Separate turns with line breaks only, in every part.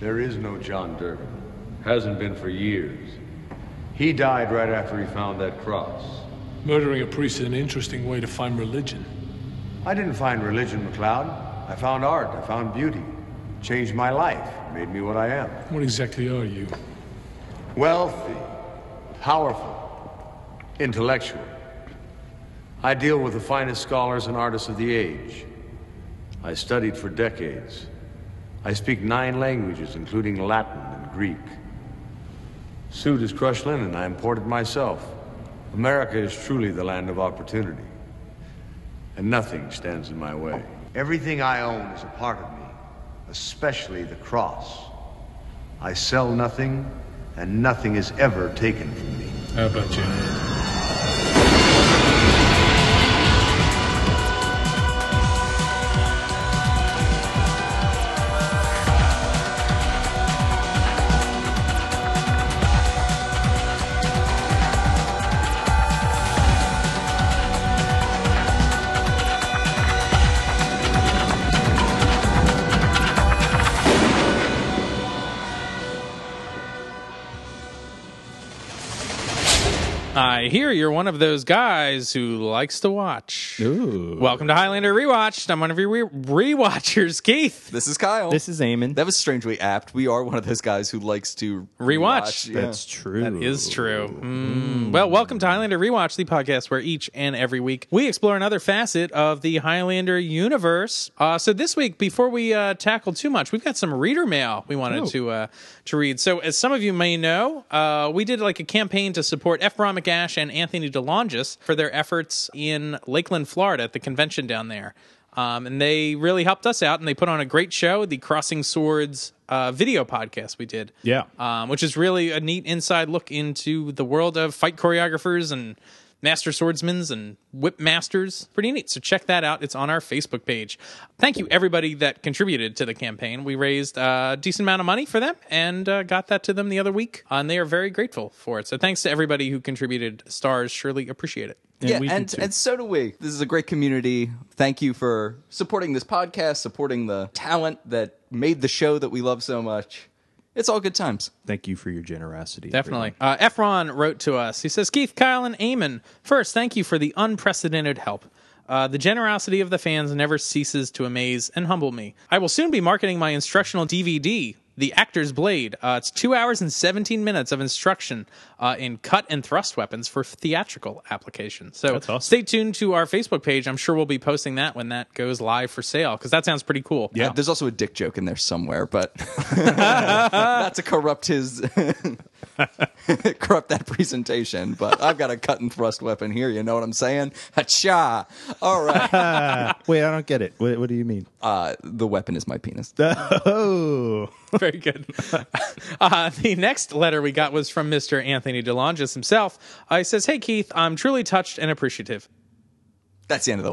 There is no John Durbin. Hasn't been for years. He died right after he found that cross.
Murdering a priest is an interesting way to find religion.
I didn't find religion, McLeod. I found art. I found beauty. Changed my life. Made me what I am.
What exactly are you?
Wealthy, powerful, intellectual. I deal with the finest scholars and artists of the age. I studied for decades. I speak nine languages, including Latin and Greek. Suit is crushed linen I imported myself. America is truly the land of opportunity. And nothing stands in my way. Everything I own is a part of me, especially the cross. I sell nothing, and nothing is ever taken from me.
How about you?
I hear you're one of those guys who likes to watch.
Ooh.
Welcome to Highlander Rewatched. I'm one of your re- rewatchers, Keith.
This is Kyle.
This is Eamon.
that was strangely apt. We are one of those guys who likes to
Rewatch.
rewatch. Yeah.
That's true.
That is true. Mm. Well, welcome to Highlander Rewatch, the podcast where each and every week we explore another facet of the Highlander universe. Uh, so this week, before we uh, tackle too much, we've got some reader mail we wanted to uh, to read. So as some of you may know, uh, we did like a campaign to support Ephraim McAsh and Anthony DeLongis for their efforts in Lakeland, Florida, at the convention down there. Um, and they really helped us out, and they put on a great show, the Crossing Swords uh, video podcast we did
Yeah.
um, which is really a neat inside look into the world of fight choreographers and master swordsmen and whip masters. Pretty neat. So check that out. It's on our Facebook page. Thank you everybody that contributed to the campaign. We raised a decent amount of money for them and uh, got that to them the other week, and they are very grateful for it. So thanks to everybody who contributed stars. Surely appreciate it.
Yeah,
we do
and,
too.
and so do we. This is a great community. Thank you for supporting this podcast, supporting the talent that made the show that we love so much. It's all good times.
Thank you for your generosity.
Definitely. Uh, Efron wrote to us. He says, Keith, Kyle, and Eamon, first, thank you for the unprecedented help. Uh, the generosity of the fans never ceases to amaze and humble me. I will soon be marketing my instructional DVD, The Actor's Blade. Uh, it's two hours and 17 minutes of instruction uh, in cut and thrust weapons for theatrical application. So
That's awesome.
stay tuned to our Facebook page. I'm sure we'll be posting that when that goes live for sale because that sounds pretty cool. Uh,
Yeah.
Uh, There's also a dick joke in there somewhere, but not to corrupt his corrupt that presentation. But I've got a cut and thrust weapon here. You know what I'm saying? Hacha. All right.
Uh, Wait, I don't get it. What, what do you mean?
Uh, the weapon is my penis.
Oh,
Very good. uh, the next letter we got was from Mr. Anthony DeLongis himself. Uh, he says, Hey, Keith, I'm truly touched and appreciative.
That's the end of the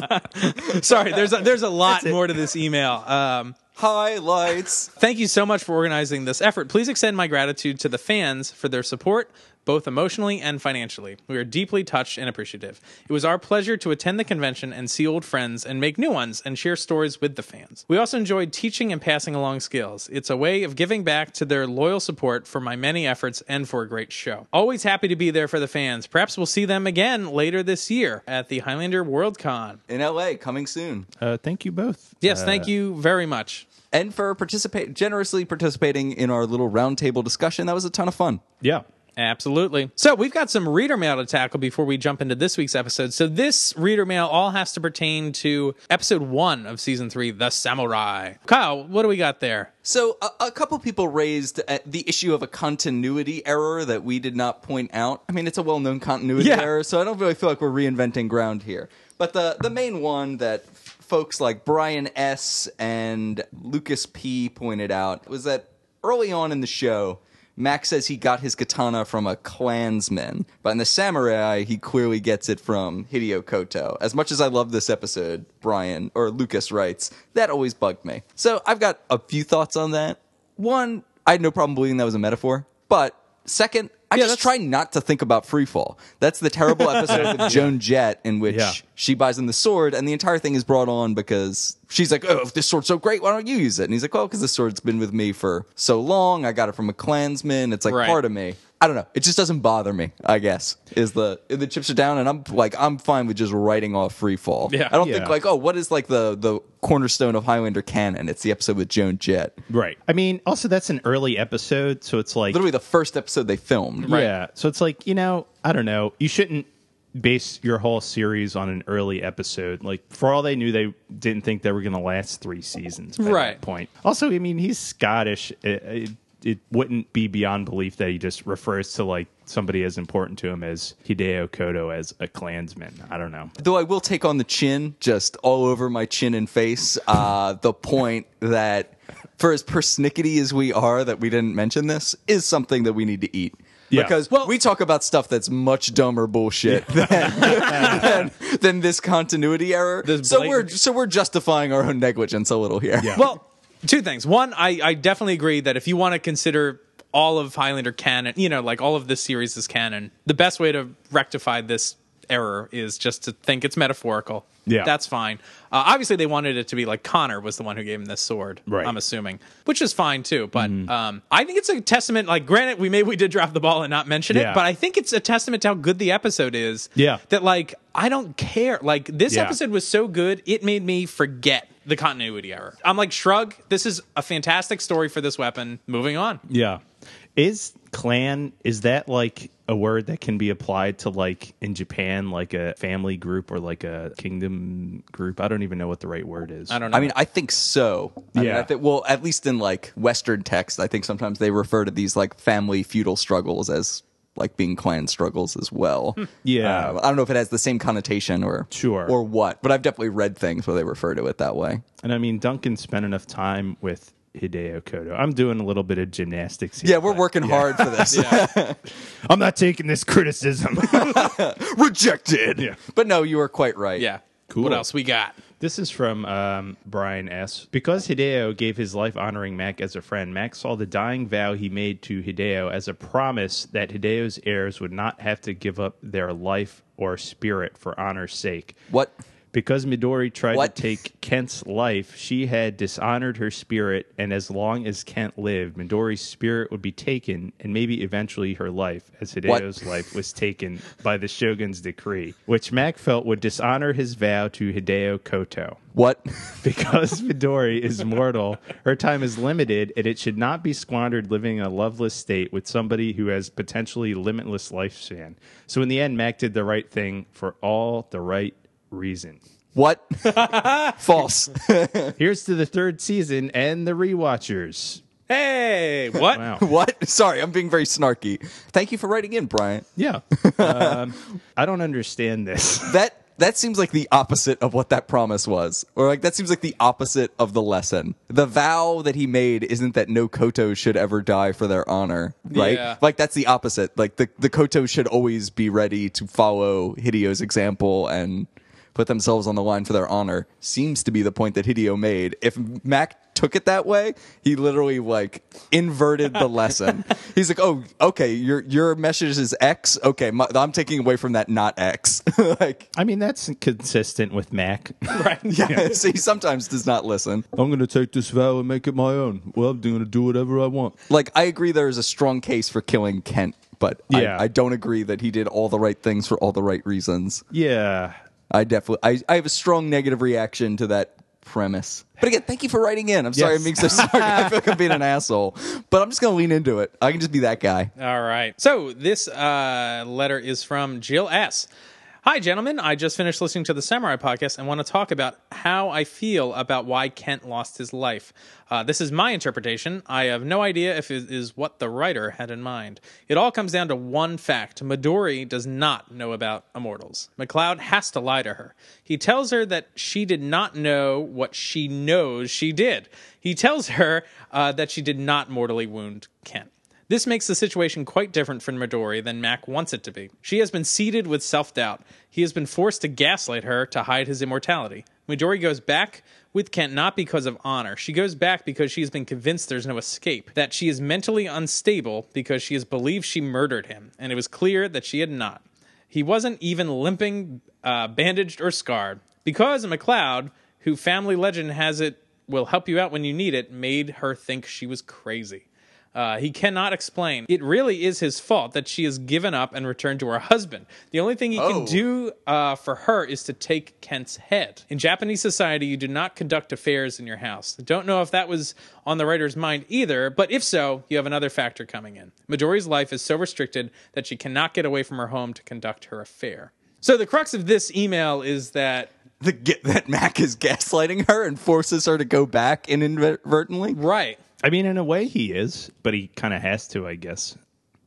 letter.
Sorry, there's a, there's a lot more to this email. Um,
Highlights.
thank you so much for organizing this effort. Please extend my gratitude to the fans for their support. Both emotionally and financially. We are deeply touched and appreciative. It was our pleasure to attend the convention and see old friends and make new ones and share stories with the fans. We also enjoyed teaching and passing along skills. It's a way of giving back to their loyal support for my many efforts and for a great show. Always happy to be there for the fans. Perhaps we'll see them again later this year at the Highlander World Con.
In LA, coming soon.
uh, thank you both.
Yes,
Uh,
thank you very much.
and for participate generously participating in our little roundtable discussion. That was a ton of fun.
Yeah.
Absolutely. So we've got some reader mail to tackle before we jump into this week's episode. So this reader mail all has to pertain to episode one of season three, The Samurai. Kyle, what do we got there?
So a, a couple people raised uh, the issue of a continuity error that we did not point out. I mean, it's a well-known continuity
Yeah.
error, so I don't really feel like we're reinventing ground here. But the the main one that f- folks like Brian S and Lucas P pointed out was that early on in the show, Max says he got his katana from a clansman, but in the samurai, he clearly gets it from Hideo Koto. As much as I love this episode, Brian or Lucas writes, that always bugged me. So I've got a few thoughts on that. One, I had no problem believing that was a metaphor, but Second, I
Yeah,
just
that's-
try not to think about Freefall. That's the terrible episode with Joan Jett in which
Yeah.
she buys him the sword, and the entire thing is brought on because she's like, "Oh, if this sword's so great, why don't you use it?" And he's like, "Well, because this sword's been with me for so long. I got it from a clansman. It's like
Right.
part of me. I don't know. It just doesn't bother me. I guess is the the chips are down, and I'm like, I'm fine with just writing off Freefall.
Yeah.
I don't think
Yeah.
like, oh, what is like the the cornerstone of Highlander canon? It's the episode with Joan Jett.
Right. I mean, also that's an early episode, so it's like
Literally the first episode they filmed.
Right.
yeah. So it's like you know, I don't know. You shouldn't base your whole series on an early episode. Like for all they knew, they didn't think they were going to last three seasons. By
Right.
That point. Also, I mean, he's Scottish. It, it, it wouldn't be beyond belief that he just refers to like somebody as important to him as Hideo Kodo as a Klansman. I don't know.
Though I will take on the chin, just all over my chin and face, uh, the point that for as persnickety as we are that we didn't mention this is something that we need to eat.
Yeah.
Because
Well-
we talk about stuff that's much dumber bullshit than, than, than this continuity error.
This
so
blatant-
we're so we're justifying our own negligence a little here.
Yeah.
Well, two things. One, I, I definitely agree that if you want to consider all of Highlander canon, you know, like all of this series is canon, the best way to rectify this error is just to think it's metaphorical.
Yeah.
That's fine. Uh, obviously, they wanted it to be like Connor was the one who gave him this sword.
Right. Mm-hmm.
I'm assuming, which is fine too. But um, I think it's a testament. Like, granted, we maybe we did drop the ball and not mention
Yeah.
it, but I think it's a testament to how good the episode is.
Yeah.
That like I don't care. Like this
Yeah.
episode was so good, it made me forget the continuity error. I'm like, shrug. This is a fantastic story for this weapon. Moving on.
Yeah. Is clan is that like a word that can be applied to like in Japan like a family group or like a kingdom group? I don't even know what the right word is.
I don't know.
I mean, I think so. I mean,
Yeah.
I thi- well, at least in like Western text, I think sometimes they refer to these like family feudal struggles as like being clan struggles as well.
Hmm. Yeah.
Uh, I don't know if it has the same connotation or
Sure.
or what, but I've definitely read things where they refer to it that way.
And I mean Duncan spent enough time with Hideo Kodo. I'm doing a little bit of gymnastics here.
Yeah, we're
but
working hard for this.
I'm not taking this criticism.
Rejected.
Yeah.
But no, you are quite right.
yeah.
Cool.
What else we got?
This is from um, Brian S. Because Hideo gave his life honoring Mac as a friend, Mac saw the dying vow he made to Hideo as a promise that Hideo's heirs would not have to give up their life or spirit for honor's sake.
What?
Because Midori tried
What?
to take Kent's life, she had dishonored her spirit, and as long as Kent lived, Midori's spirit would be taken, and maybe eventually her life, as
What?
Hideo's life was taken by the shogun's decree, which Mac felt would dishonor his vow to Hideo Koto.
What?
Because Midori is mortal, her time is limited, and it should not be squandered living in a loveless state with somebody who has potentially limitless lifespan. So in the end, Mac did the right thing for all the right reason.
What? False.
Here's to the third season and the rewatchers.
Hey, what?
Wow.
what? Sorry, I'm being very snarky. Thank you for writing in, Brian.
Yeah. Um, I don't understand this.
that that seems like the opposite of what that promise was or like that seems like the opposite of the lesson the vow that he made isn't that no koto should ever die for their honor right
Yeah.
like that's the opposite like the, the koto should always be ready to follow hideo's example and put themselves on the line for their honor seems to be the point that hideo made if mac took it that way he literally like inverted the lesson he's like oh okay your your message is x okay my, i'm taking away from that not x like
I mean, that's consistent with Mac.
yeah, so he sometimes does not listen.
I'm going to take this vow and make it my own. Well, I'm going to do whatever I want.
Like, I agree there is a strong case for killing Kent, but
Yeah.
I, I don't agree that he did all the right things for all the right reasons.
Yeah.
I definitely, I, I have a strong negative reaction to that premise. But again, thank you for writing in. I'm sorry
Yes.
I'm being so sorry. I feel like I'm being an asshole, but I'm just going to lean into it. I can just be that guy.
All right. So this uh, letter is from Jill S. Hi, gentlemen. I just finished listening to the Samurai podcast and want to talk about how I feel about why Kent lost his life. Uh, this is my interpretation. I have no idea if it is what the writer had in mind. It all comes down to one fact Midori does not know about immortals. McLeod has to lie to her. He tells her that she did not know what she knows she did. He tells her uh, that she did not mortally wound Kent. This makes the situation quite different for Midori than Mac wants it to be. She has been seeded with self doubt. He has been forced to gaslight her to hide his immortality. Midori goes back with Kent not because of honor. She goes back because she has been convinced there's no escape, that she is mentally unstable because she has believed she murdered him, and it was clear that she had not. He wasn't even limping, uh, bandaged, or scarred. Because McLeod, who family legend has it will help you out when you need it, made her think she was crazy. Uh, he cannot explain. It really is his fault that she has given up and returned to her husband. The only thing he can
Oh.
do uh, for her is to take Kent's head. In Japanese society, you do not conduct affairs in your house. I don't know if that was on the writer's mind either, but if so, you have another factor coming in. Midori's life is so restricted that she cannot get away from her home to conduct her affair. So the crux of this email is that
The, ga- that Mac is gaslighting her and forces her to go back inadvertently.
right.
I mean, in a way, he is, but he kind of has to, I guess.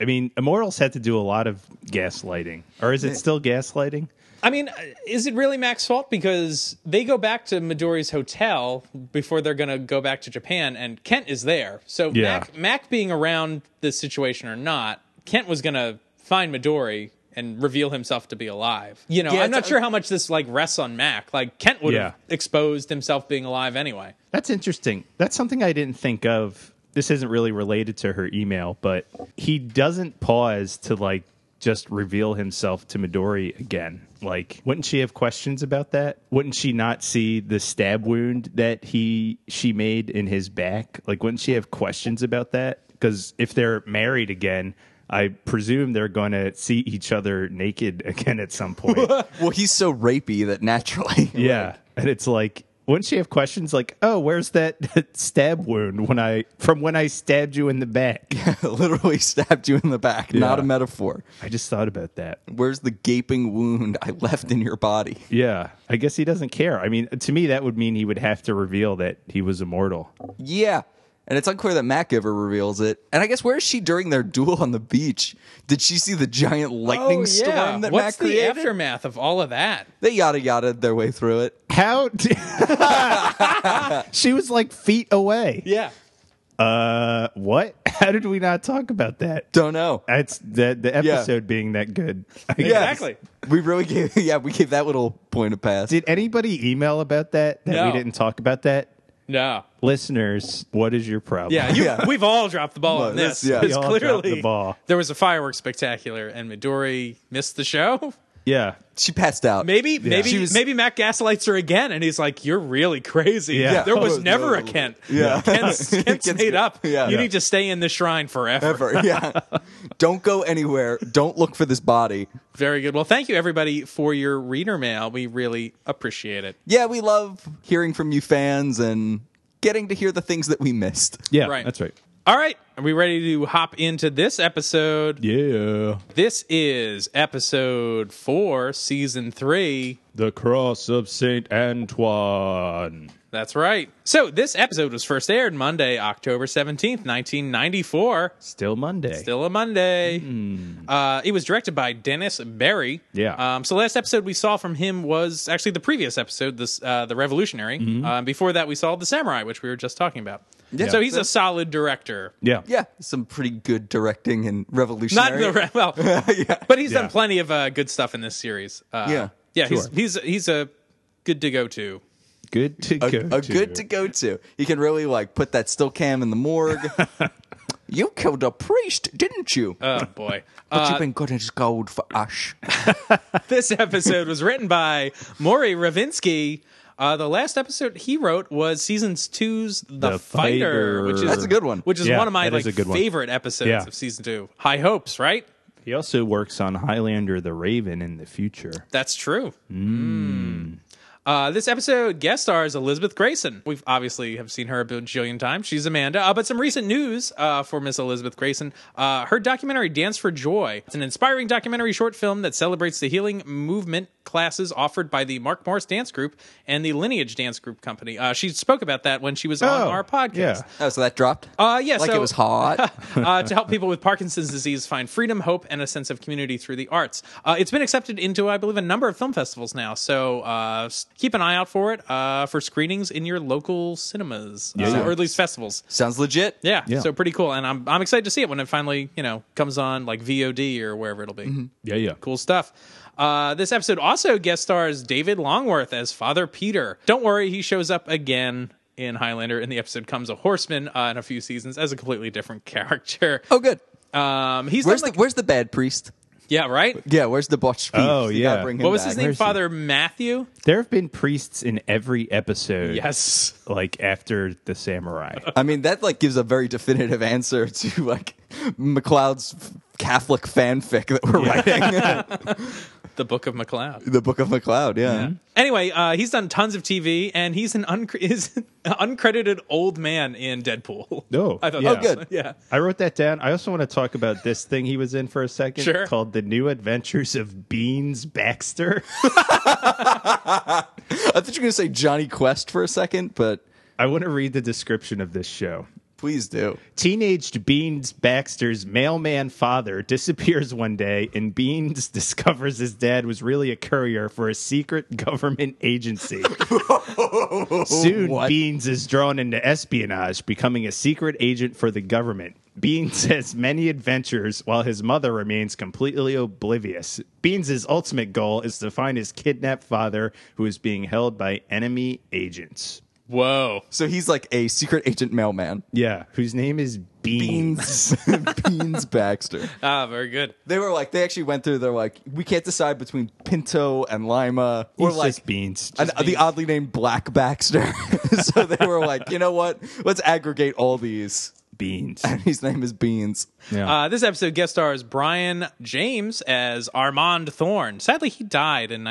I mean, immortals had to do a lot of gaslighting, or is it still gaslighting?
I mean, is it really Mac's fault? Because they go back to Midori's hotel before they're going to go back to Japan, and Kent is there. So
Yeah.
Mac, Mac being around the situation or not, Kent was going to find Midori and reveal himself to be alive. You know,
Yeah,
I'm not
it's-
sure how much this like rests on Mac. Like Kent would have
Yeah.
exposed himself being alive anyway.
That's interesting. That's something I didn't think of. This isn't really related to her email, but he doesn't pause to like just reveal himself to Midori again. Like, wouldn't she have questions about that? Wouldn't she not see the stab wound that he she made in his back? Like, wouldn't she have questions about that? Because if they're married again, I presume they're going to see each other naked again at some point.
Well, he's so rapey that naturally.
Yeah. And it's like, wouldn't she have questions like, oh, where's that stab wound when I from when I stabbed you in the back?
literally stabbed you in the back. Not a metaphor.
I just thought about that.
Where's the gaping wound I left in your body?
Yeah. I guess he doesn't care. I mean, to me that would mean he would have to reveal that he was immortal.
Yeah. And it's unclear that Mac ever reveals it. And I guess where is she during their duel on the beach? Did she see the giant lightning storm that
Oh, What's
Mac
the
created?
aftermath of all of that?
They yada yada their way through it.
How d- She was like feet away.
Yeah.
Uh what? How did we not talk about that?
Don't know.
That's the the
Yeah.
episode being that good. I guess.
Exactly.
We really gave yeah, we gave that little point of pass.
Did anybody email about that that
No.
we didn't talk about that?
No.
Listeners, what is your problem?
Yeah, you,
Yeah.
we've all dropped the ball
No,
on
this-
this.
yeah.
We
It's
all dropped
clearly
the ball.
there was a fireworks spectacular, and Midori missed the show.
Yeah.
she passed out.
Maybe, maybe,
She was-
maybe Matt gaslights her again, and he's like, "You're really crazy.
Yeah. Yeah.
There was
Oh,
never
no.
a Kent.
Yeah.
Kent's, Kent's
Kent's-
made up.
yeah.
you
Yeah.
need to stay in this shrine forever."
Ever. Yeah. Don't go anywhere. Don't look for this body.
Very good. Well, thank you everybody for your reader mail. We really appreciate it.
Yeah, we love hearing from you fans and getting to hear the things that we missed.
Yeah.
Right.
That's right.
All right, are we ready to hop into this episode?
Yeah.
This is episode four, season three.
The cross of Saint Antoine.
That's right. So this episode was first aired Monday, October 17th, 1994.
Still Monday.
Still a Monday. Uh, it was directed by Dennis Barry.
Hmm. Yeah.
Um, so last episode we saw from him was actually the previous episode, this uh, the Revolutionary.
Mm-hmm.
Um, before that we saw the Samurai, which we were just talking about. So he's a solid director.
yeah.
Yeah, some pretty good directing and
Not
revolutionary.
the re- well, but he's done
Yeah.
plenty of uh, good stuff in this series. Uh,
Yeah.
yeah.
Sure.
He's he's he's a good to go to.
Good to
a,
go.
a good to go to. You can really like put that still cam in the morgue. you killed a priest, didn't you?
Oh boy.
but you've been good as gold for ash.
this episode was written by Maury Ravinsky. Uh, the last episode he wrote was season two's "The,
The
Fighter,
Fighter.
which is
That's a good one.
Which is
Yeah,
one of my
that is
like
a good one.
favorite episodes
Yeah.
of season two. High hopes, right?
He also works on Highlander the Raven in the future.
That's true.
Hmm.
Mm. Uh, this episode guest stars Elizabeth Grayson. We've obviously have seen her a bajillion times. She's Amanda. Uh, but some recent news uh, for Miss Elizabeth Grayson: uh, her documentary "Dance for Joy." It's an inspiring documentary short film that celebrates the healing movement classes offered by the Mark Morris Dance Group and the Lineage Dance Group Company. Uh, she spoke about that when she was on
Oh,
our podcast.
yeah.
Oh, so that dropped?
Uh, yeah,
like
so-
it was hot.
uh, to help people with Parkinson's disease find freedom, hope, and a sense of community through the arts. Uh, it's been accepted into, I believe, a number of film festivals now. So uh, s- keep an eye out for it uh, for screenings in your local cinemas uh,
yeah.
or at least festivals.
Sounds legit.
Yeah,
Yeah.
so pretty cool, and I'm
Mm-hmm.
I'm excited to see it when it finally you know comes on like VOD or wherever it'll be.
Yeah, yeah.
Cool stuff. Uh, this episode also guest stars David Longworth as Father Peter. Don't worry, he shows up again in Highlander. In the episode comes a horseman uh, in a few seasons as a completely different character.
Oh, good.
Um, he's
Where's
done, like,
the Where's the bad priest?
yeah, right.
Yeah, where's the botched priest?
Oh,
You gotta
yeah.
bring him
What was
back.
his name?
Mercy.
Father Matthew.
There have been priests in every episode.
Yes.
Like after the samurai.
I mean, that like gives a very definitive answer to like McLeod's Catholic fanfic that we're writing,
The Book of MacLeod.
the Book of McLeod. Yeah.
Anyway, uh, he's done tons of TV, and he's an un- is an uncredited old man in Deadpool.
No.
I thought
Yeah.
that was-
Oh, good.
Yeah,
I wrote that down. I also want to talk about this thing he was in for a second
Sure.
called The New Adventures of Beans Baxter.
I thought you were gonna say Johnny Quest for a second, but
I want to read the description of this show.
please do.
Teenaged Beans Baxter's mailman father disappears one day, and Beans discovers his dad was really a courier for a secret government agency. Soon,
What?
Beans is drawn into espionage, becoming a secret agent for the government. Beans has many adventures while his mother remains completely oblivious. Beans' ultimate goal is to find his kidnapped father, who is being held by enemy agents.
whoa,
So he's like a secret agent mailman.
Yeah, whose name is Beans.
Beans, Beans Baxter.
ah, very good.
They were like, they actually went through. They're like, we can't decide between Pinto and Lima, or
He's
like
just Beans.
an, the oddly named Black Baxter. so they were like, you know what? Let's aggregate all these.
beans.
His name is Beans.
Uh, this episode guest stars Brian James as Armand Thorne. Sadly, he died in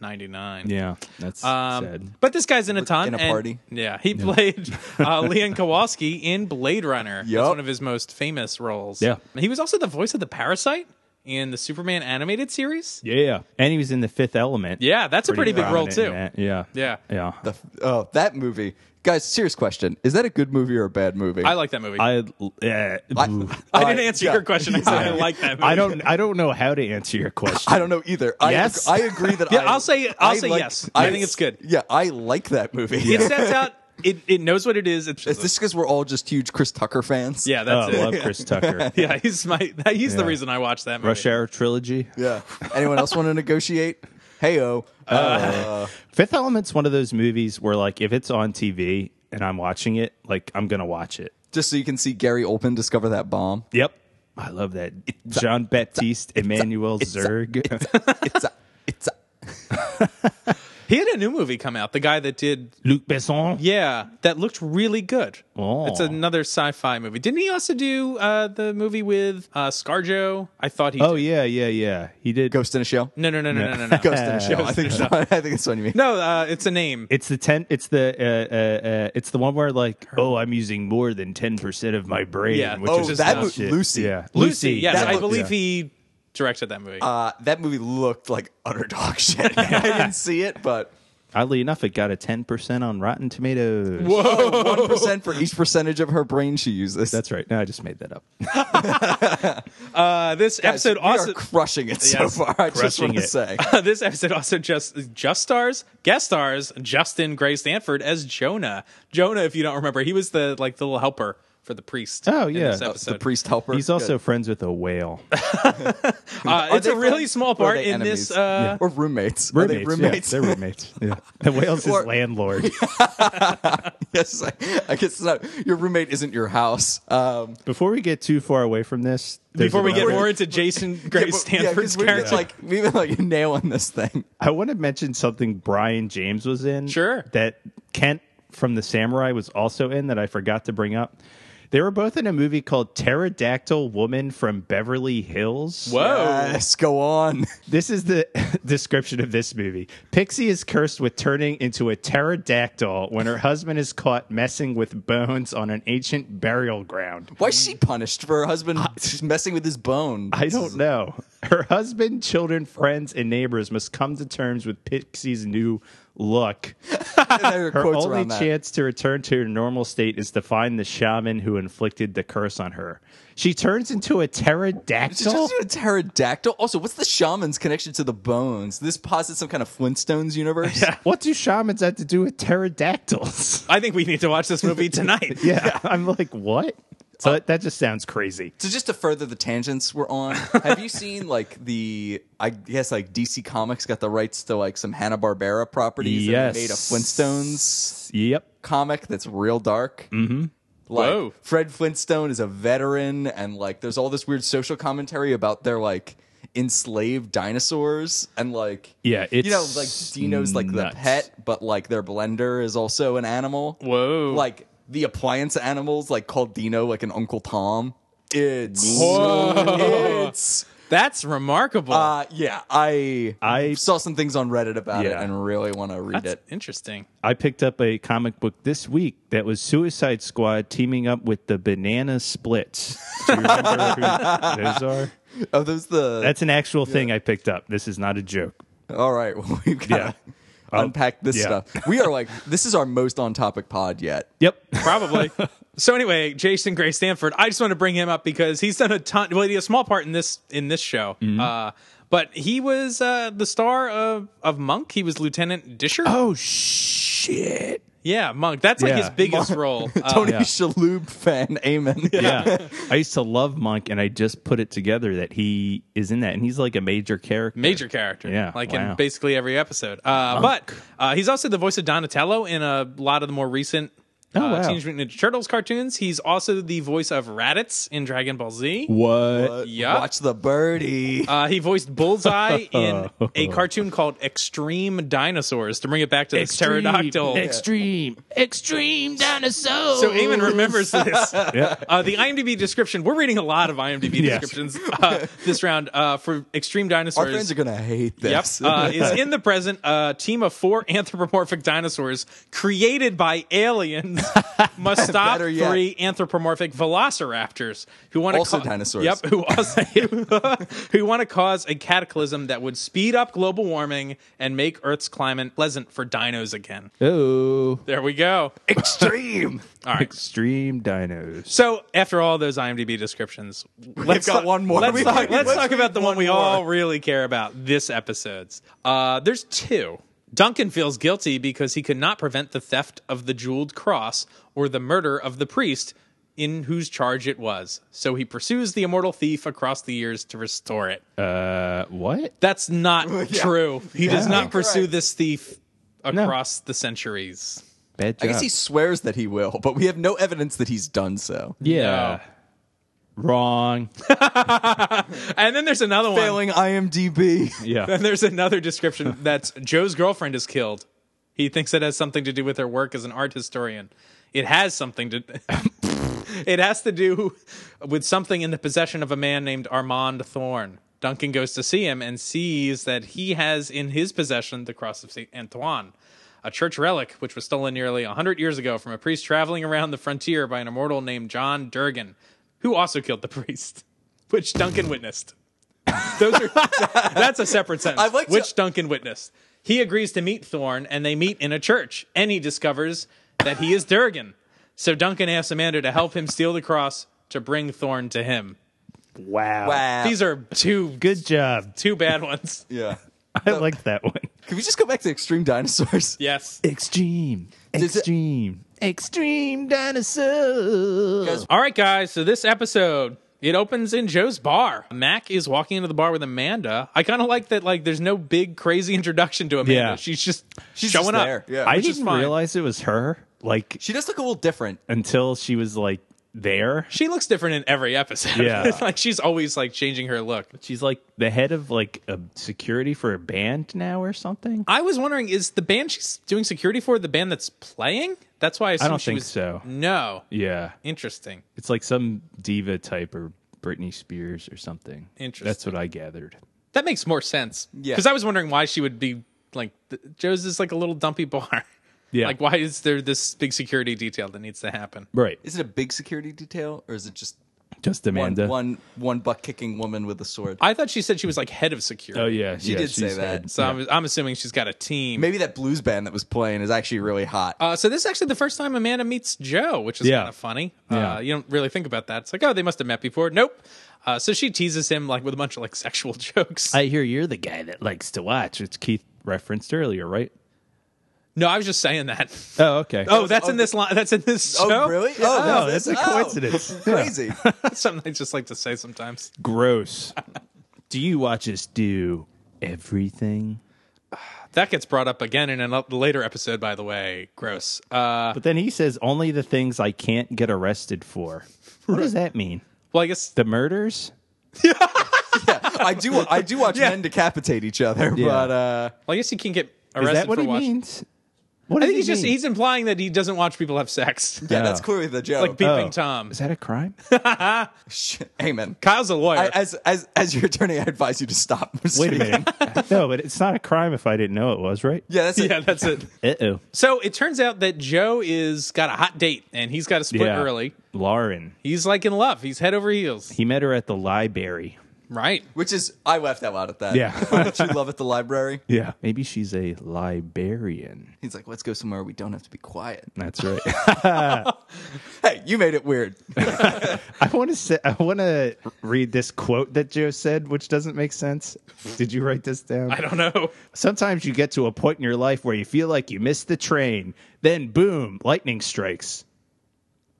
1999.
yeah, that's sad.
But this guy's in a ton.
in a
and-
party.
Yeah, he played uh, Leon Kowalski in Blade Runner.
Yup.
That's one of his most famous roles.
Yeah.
he was also the voice of the Parasite in the Superman animated series.
Yeah, and he was in the Fifth Element.
Yeah, that's a pretty big role
prominent in
too.
that. Yeah,
Yeah.
yeah.
The f- oh, that movie, guys. Serious question: Is that a good movie or a bad movie?
I like that movie.
I yeah. ooh.
I didn't answer
yeah.
your question. I said I like that. Movie.
I don't I don't know how to answer your question.
I don't know either. I
Yes?
ag- I agree that
Yeah,
I,
I'll say- I'll say yes. I think it's good.
Yeah, I like that movie.
It sets out. It, it knows what it is. It's
Is this because we're all just huge Chris Tucker fans?
yeah,
Oh,
that's it.
love Chris Tucker.
Yeah, he's my. He's the
Yeah.
reason I watched that movie.
Rush Hour trilogy.
Yeah. Anyone else want to negotiate? Hey, oh.
Fifth Element's one of those movies where like if it's on TV and I'm watching it, like I'm gonna watch it.
just so you can see Gary Oldman discover that bomb.
Yep. I love that. Jean Baptiste Emmanuel Zerg.
It's a, it's a,
He had a new movie come out. The guy that did.
Luc Besson.
Yeah, that looked really good.
Oh.
It's another sci-fi movie. Didn't he also do uh, the movie with uh, ScarJo? I thought he.
Oh
did.
yeah, yeah, yeah. He did
Ghost in a Shell.
No, no, no, no, no, no,
Ghost
no.
in a Shell. I think, that's what- I think that's what you mean.
no, uh, it's a name.
It's the ten. It's the uh, uh, uh, it's the one where like, oh, I'm using more than ten percent of my brain.
Yeah.
which
Oh,
is just
that
bullshit.
was Lucy.
Yeah,
Lucy. Yes,
that
I
looked-
believe
yeah.
he directed that movie.
Uh, that movie looked like utter dog shit. I didn't see it, but
Oddly enough, it got a ten percent on Rotten Tomatoes.
one percent for each percentage of her brain she uses.
That's right. No, I just made that up.
uh, this
Guys,
episode
we
also
are crushing it so
Yes,
far. I just
crushing
want to
it.
say
this episode also just just stars guest stars Justin Gray Stanford as Jonah. Jonah, if you don't remember, he was the like the little helper for the priest.
Oh,
in
yeah.
this
Uh, the
the
episode.
priest helper.
He's also friends with a whale.
Uh, it's
they
a really
friends
small
or are
part
they
in this.
enemies?
Uh,
or roommates. Are they
Roommates.
roommates?
Yeah, they're roommates. Yeah. The whale's
Or-
his landlord.
yes, I, I guess it's not, your roommate isn't your house. Um,
Before we get too far away from this, there's
Before we get
another-
more into Jason Gray
yeah, but- yeah, 'cause
Stanford's
we're
character,
just like we've been like nailing this thing.
I want to mention something Brian James was in.
Sure.
That Kent from The Samurai was also in that I forgot to bring up. They were both in a movie called Pterodactyl Woman from Beverly Hills.
whoa,
Yes, go on.
This is the description of this movie. Pixie is cursed with turning into a pterodactyl when her husband is caught messing with bones on an ancient burial ground.
Why is she punished for her husband messing with his bone?
I don't know. Her husband, children, friends, and neighbors must come to terms with Pixie's new look.
There are
Her
quotes
only
around that.
chance to return to her normal state is to find the shaman who inflicted the curse on her. She turns into a
She's
pterodactyl.
just a pterodactyl. Also, what's the shaman's connection to the bones? This posits some kind of Flintstones universe.
What do shamans have to do with pterodactyls?
I think we need to watch this movie tonight.
yeah, I'm like, what? So that- that just sounds crazy.
So just to further the tangents we're on, have you seen like the I guess like DC Comics got the rights to like some Hanna Barbera properties and they made a
Yes.
Flintstones
Yep.
comic that's real dark. Mm-hmm. Like
Whoa.
Fred Flintstone is a veteran, and like there's all this weird social commentary about their like enslaved dinosaurs, and like
Yeah,
you know
it's
like Dino's like
nuts.
the pet, but like their blender is also an animal.
Whoa.
Like the appliance animals, like called Dino like an Uncle Tom. It's it's
That's remarkable.
uh yeah I
I-
saw some things on Reddit about
Yeah.
it and really want to read
That's
it.
interesting.
I picked up a comic book this week that was Suicide Squad teaming up with the Banana Splits. Do you remember who those are?
Oh, those the
That's an actual thing I picked up. This is not a joke.
All right, well, we've got to
Yeah.
unpack this
yeah.
stuff. We are like, this is our most on topic pod yet.
Yep.
Probably. so anyway, Jason Gray Stanford. I just want to bring him up because he's done a ton. Well, he had a small part in this in this show.
Mm-hmm.
Uh, but he was uh, the star of of Monk. He was Lieutenant Disher.
Oh shit.
Yeah, Monk. That's like
Yeah.
his biggest role. Uh,
Tony
Oh, yeah.
Shalhoub fan, amen.
Yeah. I used to love Monk and I just put it together that he is in that and he's like a major character.
major character.
Yeah,
like
wow.
in basically every episode. Uh, but uh, he's also the voice of Donatello in a lot of the more recent.
Oh,
uh,
wow.
Teenage Mutant Ninja Turtles cartoons. He's also the voice of Raditz in Dragon Ball Z.
What?
Yeah.
Watch the birdie.
Uh, he voiced Bullseye in a cartoon called Extreme Dinosaurs to bring it back to this pterodactyl.
Extreme. Extreme dinosaur.
so Eamon remembers this.
Yeah.
Uh, the IMDb description. We're reading a lot of IMDb
Yes.
descriptions uh, this round uh, for Extreme
our
Dinosaurs.
friends are going to hate
Yep.
this.
Uh, is in the present a team of four anthropomorphic dinosaurs created by aliens must stop
Better yet.
three anthropomorphic velociraptors who want to
Also dinosaurs.
Yep, who also who want to cause a cataclysm that would speed up global warming and make Earth's climate pleasant for dinos again.
Oh.
There we go.
Extreme.
All right.
Extreme dinos.
So after all those IMDb descriptions, let's
got
talk-
one more.
Let's
We-
talk, let's
let's
talk
read
about the one,
one
we
more.
all really care about. This episode's. Uh, there's two. Duncan feels guilty because he could not prevent the theft of the jeweled cross or the murder of the priest in whose charge it was. So he pursues the immortal thief across the years to restore it.
Uh, what?
That's not true. He does not pursue
Correct.
this thief across the centuries.
Bad job.
I guess he swears that he will, but we have no evidence that he's done so.
yeah. Wrong.
And then there's another one.
Failing IMDb.
Yeah.
Then there's another description that's Joe's girlfriend is killed. He thinks it has something to do with her work as an art historian. It has something to It has to do with something in the possession of a man named Armand Thorne. Duncan goes to see him and sees that he has in his possession the cross of St. Antoine, a church relic which was stolen nearly 100 years ago from a priest traveling around the frontier by an immortal named John Durgan, who also killed the priest, which Duncan witnessed. Those are that's a separate sentence.
I'd like to-
which Duncan witnessed. He agrees to meet Thorne, and they meet in a church, and he discovers that he is Durgan. So Duncan asks Amanda to help him steal the cross to bring Thorne to him.
Wow.
Wow.
These are two
Good job.
two bad ones.
yeah.
I liked that one.
Can we just go back to Extreme Dinosaurs?
Yes.
Extreme.
Does it-
Extreme. Extreme dinosaur.
All right, guys. So this episode it opens in Joe's bar. Mac is walking into the bar with Amanda. I kind of like that. Like, there's no big crazy introduction to Amanda.
Yeah.
She's just
She's
showing
just
up.
there. Yeah.
I
Which is
didn't
fine.
realize it was her. Like
She does look a little different.
until she was like there.
She looks different in every episode.
Yeah.
like she's always like changing her look.
She's like the head of like a security for a band now or something.
I was wondering, is the band she's doing security for the band that's playing? That's why I, assumed
don't
she
think
was-
so.
No,
Yeah.
interesting.
It's like some diva type or Britney Spears or something. That's
Interesting.
what I gathered.
That makes more sense.
Yeah.
because I was wondering why she would be like th- Joe's is like a little dumpy bar.
Yeah.
like why is there this big security detail that needs to happen?
Right.
Is it a big security detail, or is it just
Just
one,
Amanda.
one, one butt kicking woman with a sword?
I thought she said she was like head of security.
Oh yeah,
She
yeah,
did say
she's
that.
had-
so I'm, I'm assuming she's got a team.
Maybe that blues band that was playing is actually really hot.
Uh, so this is actually the first time Amanda meets Joe, which is
Yeah.
kind of funny.
Yeah.
Uh, you don't really think about that. It's like, oh, they must have met before. Nope. Uh, so she teases him like with a bunch of like sexual jokes.
I hear you're the guy that likes to watch, which Keith referenced earlier, right?
No, I was just saying that.
Oh, okay.
Oh, that's in this line. That's in this show.
Oh, really? Oh,
no,
this-
that's a
oh,
coincidence.
Crazy.
That's something I just like to say sometimes.
Gross. do you watch us do everything?
That gets brought up again in a later episode, by the way. Gross. Uh,
But then he says only the things I can't get arrested for. What does that mean?
well, I guess
The murders?
I do. I do watch men decapitate each other,
Yeah.
but uh,
well, I guess he can get
Is
arrested
that what
for
he
watching.
means? What
I
does
think
he
he's just
mean?
he's implying that he doesn't watch people have sex.
yeah,
Oh.
that's clearly the joke.
Like beeping
Oh.
Tom.
Is that a crime?
Shit. Amen.
Kyle's a lawyer.
I, as as as your attorney, I advise you to stop.
Wait a minute. no, but it's not a crime if I didn't know it was, right?
Yeah, that's it.
yeah, that's it.
Uh oh.
So it turns out that Joe is got a hot date and he's got to split
Yeah.
early.
Lauren.
He's like in love. He's head over heels.
He met her at the library.
Right.
Which is I laughed out loud at that.
Yeah.
Don't you love at the library?
Yeah. Maybe she's a librarian.
He's like, let's go somewhere we don't have to be quiet.
That's right.
Hey, you made it weird.
I want to say I want to read this quote that Joe said, which doesn't make sense. Did you write this down?
I don't know.
Sometimes you get to a point in your life where you feel like you missed the train. Then boom, lightning strikes.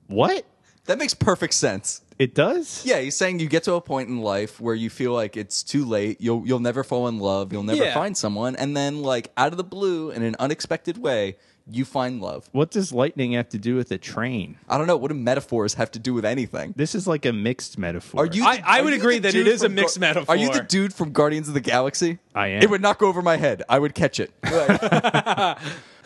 What?
That makes perfect sense.
It does?
Yeah, he's saying you get to a point in life where you feel like it's too late. You'll you'll never fall in love. You'll never
Yeah.
find someone, and then like out of the blue, in an unexpected way, you find love.
What does lightning have to do with a train?
I don't know. What do metaphors have to do with anything?
This is like a mixed metaphor.
Are you?
I-
the-
I
are
would
you
agree
the
that it
dude
is a
from
mixed
Are you the
metaphor.
dude from Guardians of the Galaxy?
I am.
It would not go over my head. I would catch it.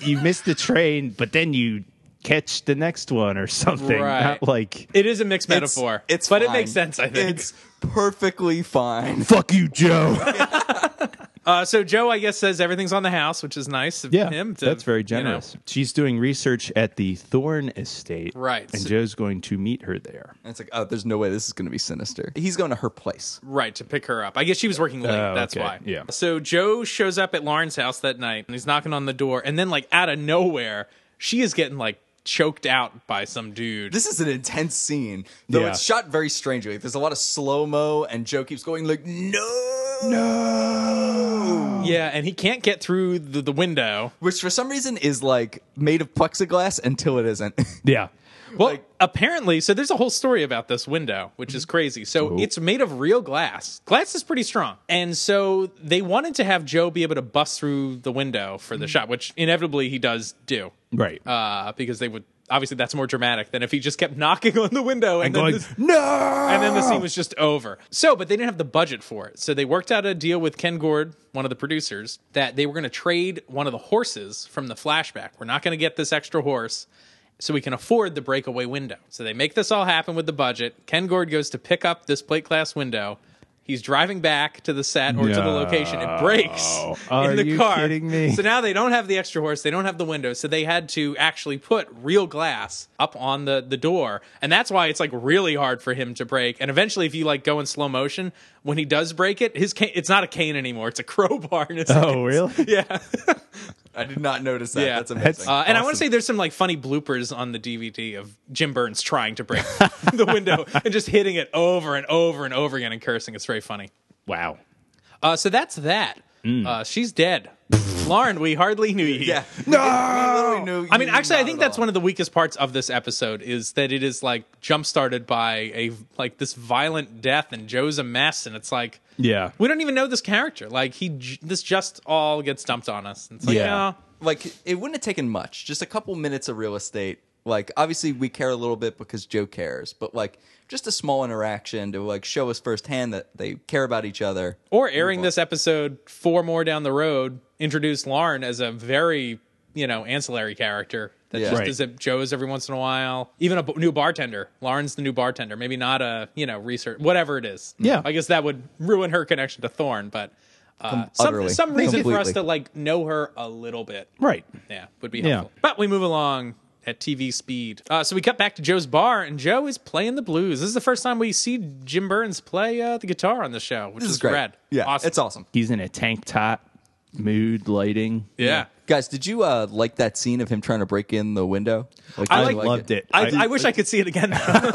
you missed the train, but then you catch the next one or something.
Right.
Not like
It is a mixed
It's-
metaphor.
It's
but it
fine.
makes sense, I think.
It's perfectly fine.
fuck you, Joe.
Uh, so Joe, I guess, says everything's on the house, which is nice of
yeah,
him. to-
that's very
you know.
generous. She's doing research at the Thorn Estate,
Right.
And Joe's going to meet her there.
And it's like, oh, there's no way this is going to be sinister. He's going to her place.
Right, to pick her up. I guess she was working late.
Oh,
that's
okay.
why.
Yeah.
So Joe shows up at Lauren's house that night and he's knocking on the door. And then, like, out of nowhere, she is getting, like, choked out by some dude.
This is an intense scene, though
Yeah.
it's shot very strangely. There's a lot of slow mo, and Joe keeps going like, no, no,
yeah, and he can't get through the, the window.
which for some reason is like made of plexiglass until it isn't.
Yeah,
Well,
Like-
apparently, so there's a whole story about this window, which is crazy. So it's made of real glass. Glass is pretty strong. And so they wanted to have Joe be able to bust through the window for the shot, which inevitably he does do.
right.
Uh, because they would obviously that's more dramatic than if he just kept knocking on the window and, then
going,
this-
no.
and then the scene was just over. So, but they didn't have the budget for it. So they worked out a deal with Ken Gord, one of the producers, that they were going to trade one of the horses from the flashback. We're not going to get this extra horse. So we can afford the breakaway window. So they make this all happen with the budget. Ken Gord goes to pick up this plate glass window. He's driving back to the set or to the location. It breaks
Are
in the
you
car.
kidding me?
So now they don't have the extra horse. They don't have the window. So they had to actually put real glass up on the, the door. And that's why it's like really hard for him to break. And eventually, if you like go in slow motion, when he does break it, his cane, it's not a cane anymore. It's a crowbar. In his
Oh, really?
Yeah.
I did not notice that.
Yeah.
That's amazing.
Uh, and I want to say there's some like funny bloopers on the DVD of Jim Burns trying to break the window and just hitting it over and over and over again and cursing. It's very funny.
Wow.
Uh, so that's that.
Hmm.
Uh, she's dead. Lauren, we hardly knew you.
yeah, no,
I mean, actually, I think that's one of the weakest parts of this episode is that it is like jump started by a like this violent death, and Joe's a mess, and it's like
Yeah.
we don't even know this character. Like he, j- this just all gets dumped on us. It's like,
Yeah.
yeah,
like it wouldn't have taken much just a couple minutes of real estate like obviously we care a little bit because joe cares but like just a small interaction to like show us firsthand that they care about each other
or airing this episode four more down the road, introduce Lauren as a very you know ancillary character that
Yeah.
just
Right.
is at Joe's every once in a while. Even a b- new bartender, Lauren's the new bartender. Maybe not a you know research, whatever it is.
Yeah.
I guess that would ruin her connection to Thorn, but uh, some
utterly.
some reason for us to
Completely.
like know her a little bit.
Right.
Yeah, would be
Yeah.
helpful. But we move along at TV speed. Uh, so we cut back to Joe's bar, and Joe is playing the blues. This is the first time we see Jim Burns play uh, the guitar on the show, which
this
is,
is great
rad.
yeah
awesome.
it's awesome
He's in a tank top, mood lighting.
Yeah.
guys did you uh like that scene of him trying to break in the window like,
I
did
like-
you
Loved it.
I, I, wish I could see it again. Look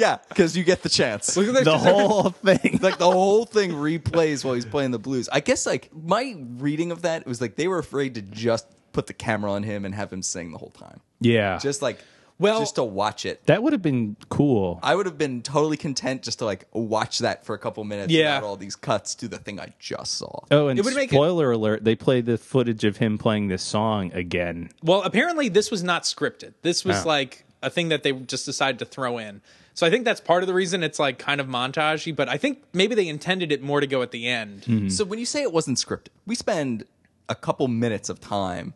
yeah because you get the chance
at this,
the
just every-
whole thing.
like the whole thing replays while he's playing the blues i guess like my reading of that was like they were afraid to just put the camera on him and have him sing the whole time.
Yeah.
Just like,
Well-
just to watch it.
that would have been cool.
I would have been totally content just to like watch that for a couple minutes.
Yeah.
without all these cuts to the thing I just saw.
Oh, and
It would make it-
spoiler alert, they play the footage of him playing this song again.
Well, apparently this was not scripted. This was
Oh.
like a thing that they just decided to throw in. So I think that's part of the reason it's like kind of montagey, but I think maybe they intended it more to go at the end.
So when you say it wasn't scripted, we spend a couple minutes of time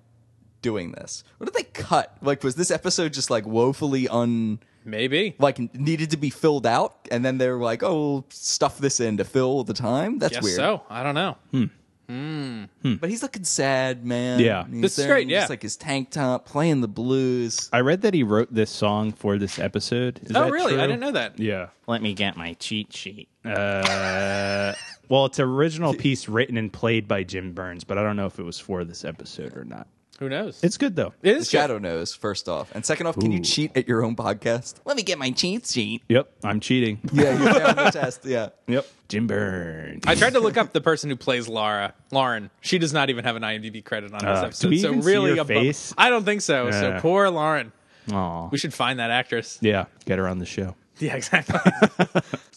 doing this. What did they cut? Like, was this episode just like woefully un
Maybe.
like needed to be filled out, and then they're like, "Oh, we'll stuff this in to fill the time." That's
Guess
weird.
so. I don't know.
But he's looking sad, man.
Yeah.
he's
This is
there
great,
in
yeah.
just like his tank top, playing the blues.
I read that he wrote this song for this episode. Is
Oh,
that
really? I
true?
didn't know that.
Yeah. Let me get my cheat sheet. Uh, well, it's an original piece written and played by Jim Burns, but I don't know if it was for this episode or not.
Who knows?
It's good though.
it
The
is
Shadow knows first off, and second off, can you cheat at your own podcast? Let me get my cheat sheet.
Yep, I'm cheating.
Yeah, you found the test. Yeah.
Yep, Jim Burns.
I tried to look up the person who plays Laura. Lauren. She does not even have an IMDb credit on this
Uh,
episode.
do we
so
even see
really,
her
a bum-
face?
I don't think so. So
Yeah.
poor Lauren.
Aw.
We should find that actress.
Yeah, get her on the show.
Yeah, exactly.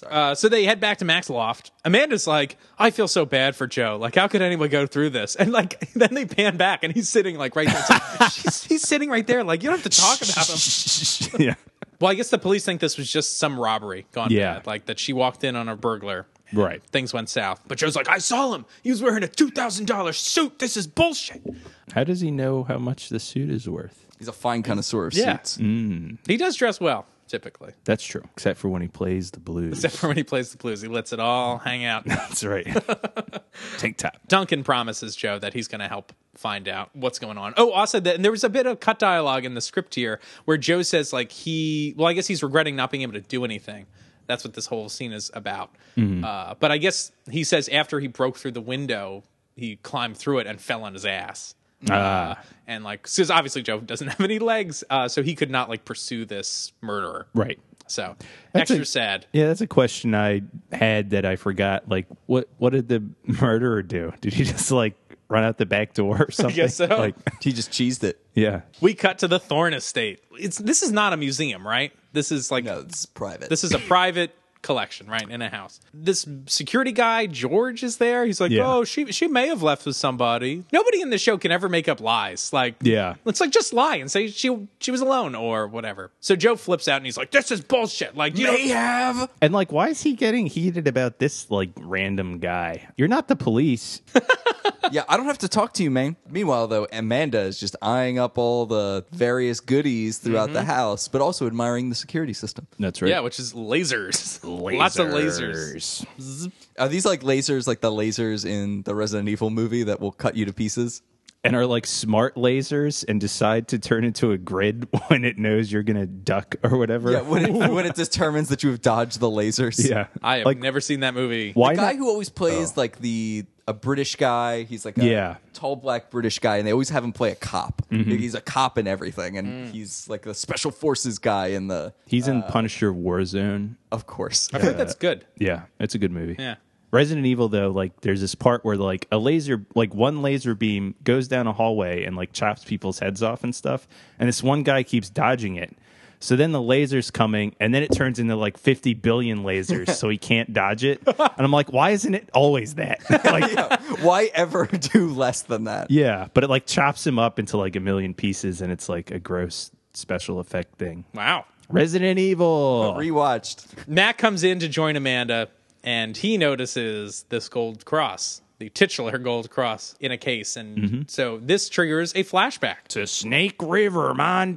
uh, so they head back to Max Loft. Amanda's like, I feel so bad for Joe. Like, how could anyone go through this? And like, then they pan back, and he's sitting like right there. She's, he's sitting right there. Like, you don't have to talk about him.
yeah.
Well, I guess the police think this was just some robbery gone
Yeah.
bad. Like that she walked in on a burglar.
Right.
Things went south. But Joe's like, I saw him. He was wearing a two thousand dollar suit. This is bullshit.
How does he know how much the suit is worth?
He's a fine connoisseur of
Yeah. Mm.
suits.
He does dress well, typically.
That's true, except for when he plays the blues.
Except for when he plays the blues. He lets it all hang out.
That's right. Tank top.
Duncan promises Joe that he's going to help find out what's going on. Oh, also, that, and there was a bit of cut dialogue in the script here where Joe says, like, he, well, I guess he's regretting not being able to do anything. That's what this whole scene is about.
Mm-hmm.
Uh, but I guess he says after he broke through the window, he climbed through it and fell on his ass.
Ah.
Uh, and like, because obviously Joe doesn't have any legs, uh, so he could not like pursue this murderer.
Right.
So
That's
extra
a-
sad.
Yeah, that's a question I had that I forgot. Like, what what did the murderer do? Did he just like run out the back door or something?
guess so.
Like,
He just cheesed it.
yeah,
We cut to the Thorn Estate. It's this is not a museum, right? This is like
No, this is private.
This is a private collection, right, in a house. This security guy, George, is there. He's like,
Yeah.
oh, she she may have left with somebody. Nobody in the show can ever make up lies. Like,
Yeah.
it's like just lie and say she she was alone or whatever. So Joe flips out and he's like, this is bullshit. Like, you
may
know,
have.
and like, why is he getting heated about this like random guy? You're not the police.
Yeah, I don't have to talk to you, man. Meanwhile, though, Amanda is just eyeing up all the various goodies throughout
Mm-hmm.
the house, but also admiring the security system.
That's right.
yeah, which is lasers. lots of lasers.
Are these like lasers, like the lasers in the Resident Evil movie that will cut you to pieces?
and are like smart lasers and decide to turn into a grid when it knows you're gonna duck or whatever.
Yeah, when it, when it determines that you have dodged the lasers.
Yeah.
I have
like
never seen that movie.
why
The guy
not?
who always plays like the a British guy, he's like a
Yeah. Mm-hmm.
tall black British guy, and they always have him play a cop. He's a cop in everything, and
Mm.
he's like the special forces guy in the.
He's
uh,
in Punisher Warzone.
Of course,
I think that's good.
Yeah, it's a good movie.
Yeah.
Resident Evil though, like there's this part where like a laser, like one laser beam goes down a hallway and like chops people's heads off and stuff, and this one guy keeps dodging it. So then the laser's coming, and then it turns into like 50 billion lasers, so he can't dodge it. And I'm like, why isn't it always that? like,
why ever do less than that?
yeah, but it like chops him up into like a million pieces, and it's like a gross special effect thing.
Wow.
Resident Evil.
Rewatched.
Matt comes in to join Amanda, and he notices this gold cross, the titular gold cross, in a case, and so this triggers a flashback.
to Snake River,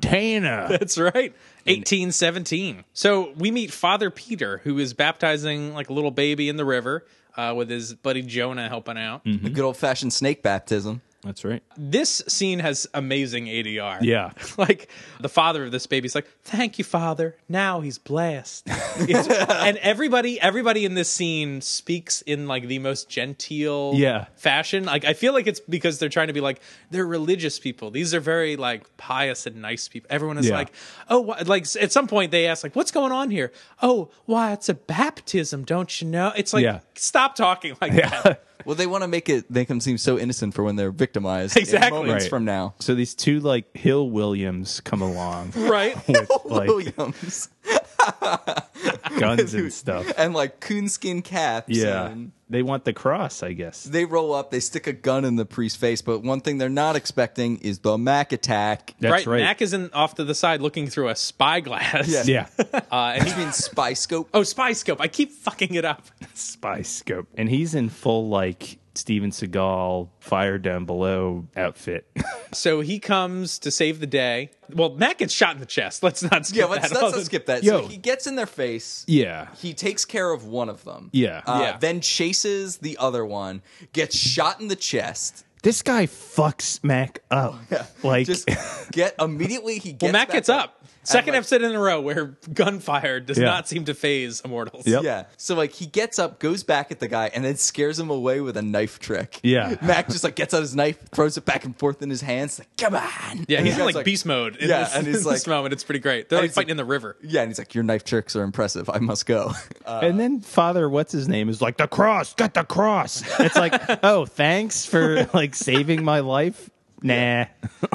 Montana.
That's right, eighteen seventeen. So we meet Father Peter, who is baptizing like a little baby in the river. Uh, with his buddy Jonah helping out.
Mm-hmm.
The good old fashioned snake baptism.
That's right.
This scene has amazing ADR.
Yeah.
Like the father of this baby's like, "Thank you, father. Now he's blessed." It's- and everybody, everybody in this scene speaks in like the most genteel
Yeah.
fashion. Like I feel like it's because they're trying to be like they're religious people. These are very like pious and nice people. Everyone is
Yeah.
like, "Oh, wha-" like s- at some point they ask like, "What's going on here?" "Oh, why it's a baptism, don't you know?" It's like
Yeah.
stop talking like that.
Well, they want to make it make them seem so innocent for when they're victimized. in
Exactly.
moments
Right.
from now.
So these two like Hill Williams come along
Right.
with like
Williams
guns and stuff.
and like coonskin caps.
Yeah.
and-
They want the cross, I guess.
they roll up, they stick a gun in the priest's face, but one thing they're not expecting is the Mac attack.
That's right.
Mac is in, off to the side looking through a spyglass.
Yeah.
yeah.
Uh, and he-
I mean, spy scope.
oh, spy scope. I keep fucking it up.
Spy scope. And he's in full like Steven Seagal fire down below outfit.
So he comes to save the day. Well, Mac gets shot in the chest. Let's not skip
Yeah, let's,
that.
let's,
All
let's
the-
skip that.
Yo.
So he gets in their face.
yeah.
He takes care of one of them.
Yeah.
Uh,
Yeah.
Then chases the other one, gets shot in the chest.
This guy fucks Mac up. Like
Just get immediately he gets.
Well, Mac
back
gets up.
and,
Second
like,
episode in a row where gunfire does
Yeah.
not seem to phase immortals.
Yep.
Yeah. So like he gets up, goes back at the guy, and then scares him away with a knife trick.
Yeah.
Mac just like gets out his knife, throws it back and forth in his hands, like, come on.
Yeah,
And the
he's in
guy's
like, beast mode in,
Yeah,
this,
and he's
in this
like-
moment. It's pretty great. They're
and
like
he's
fighting
like-
in the river.
Yeah, and he's like, Your knife tricks are impressive. I must go.
and then father what's his name is like the cross, get the cross. It's like, "Oh, thanks for like saving my life." Nah.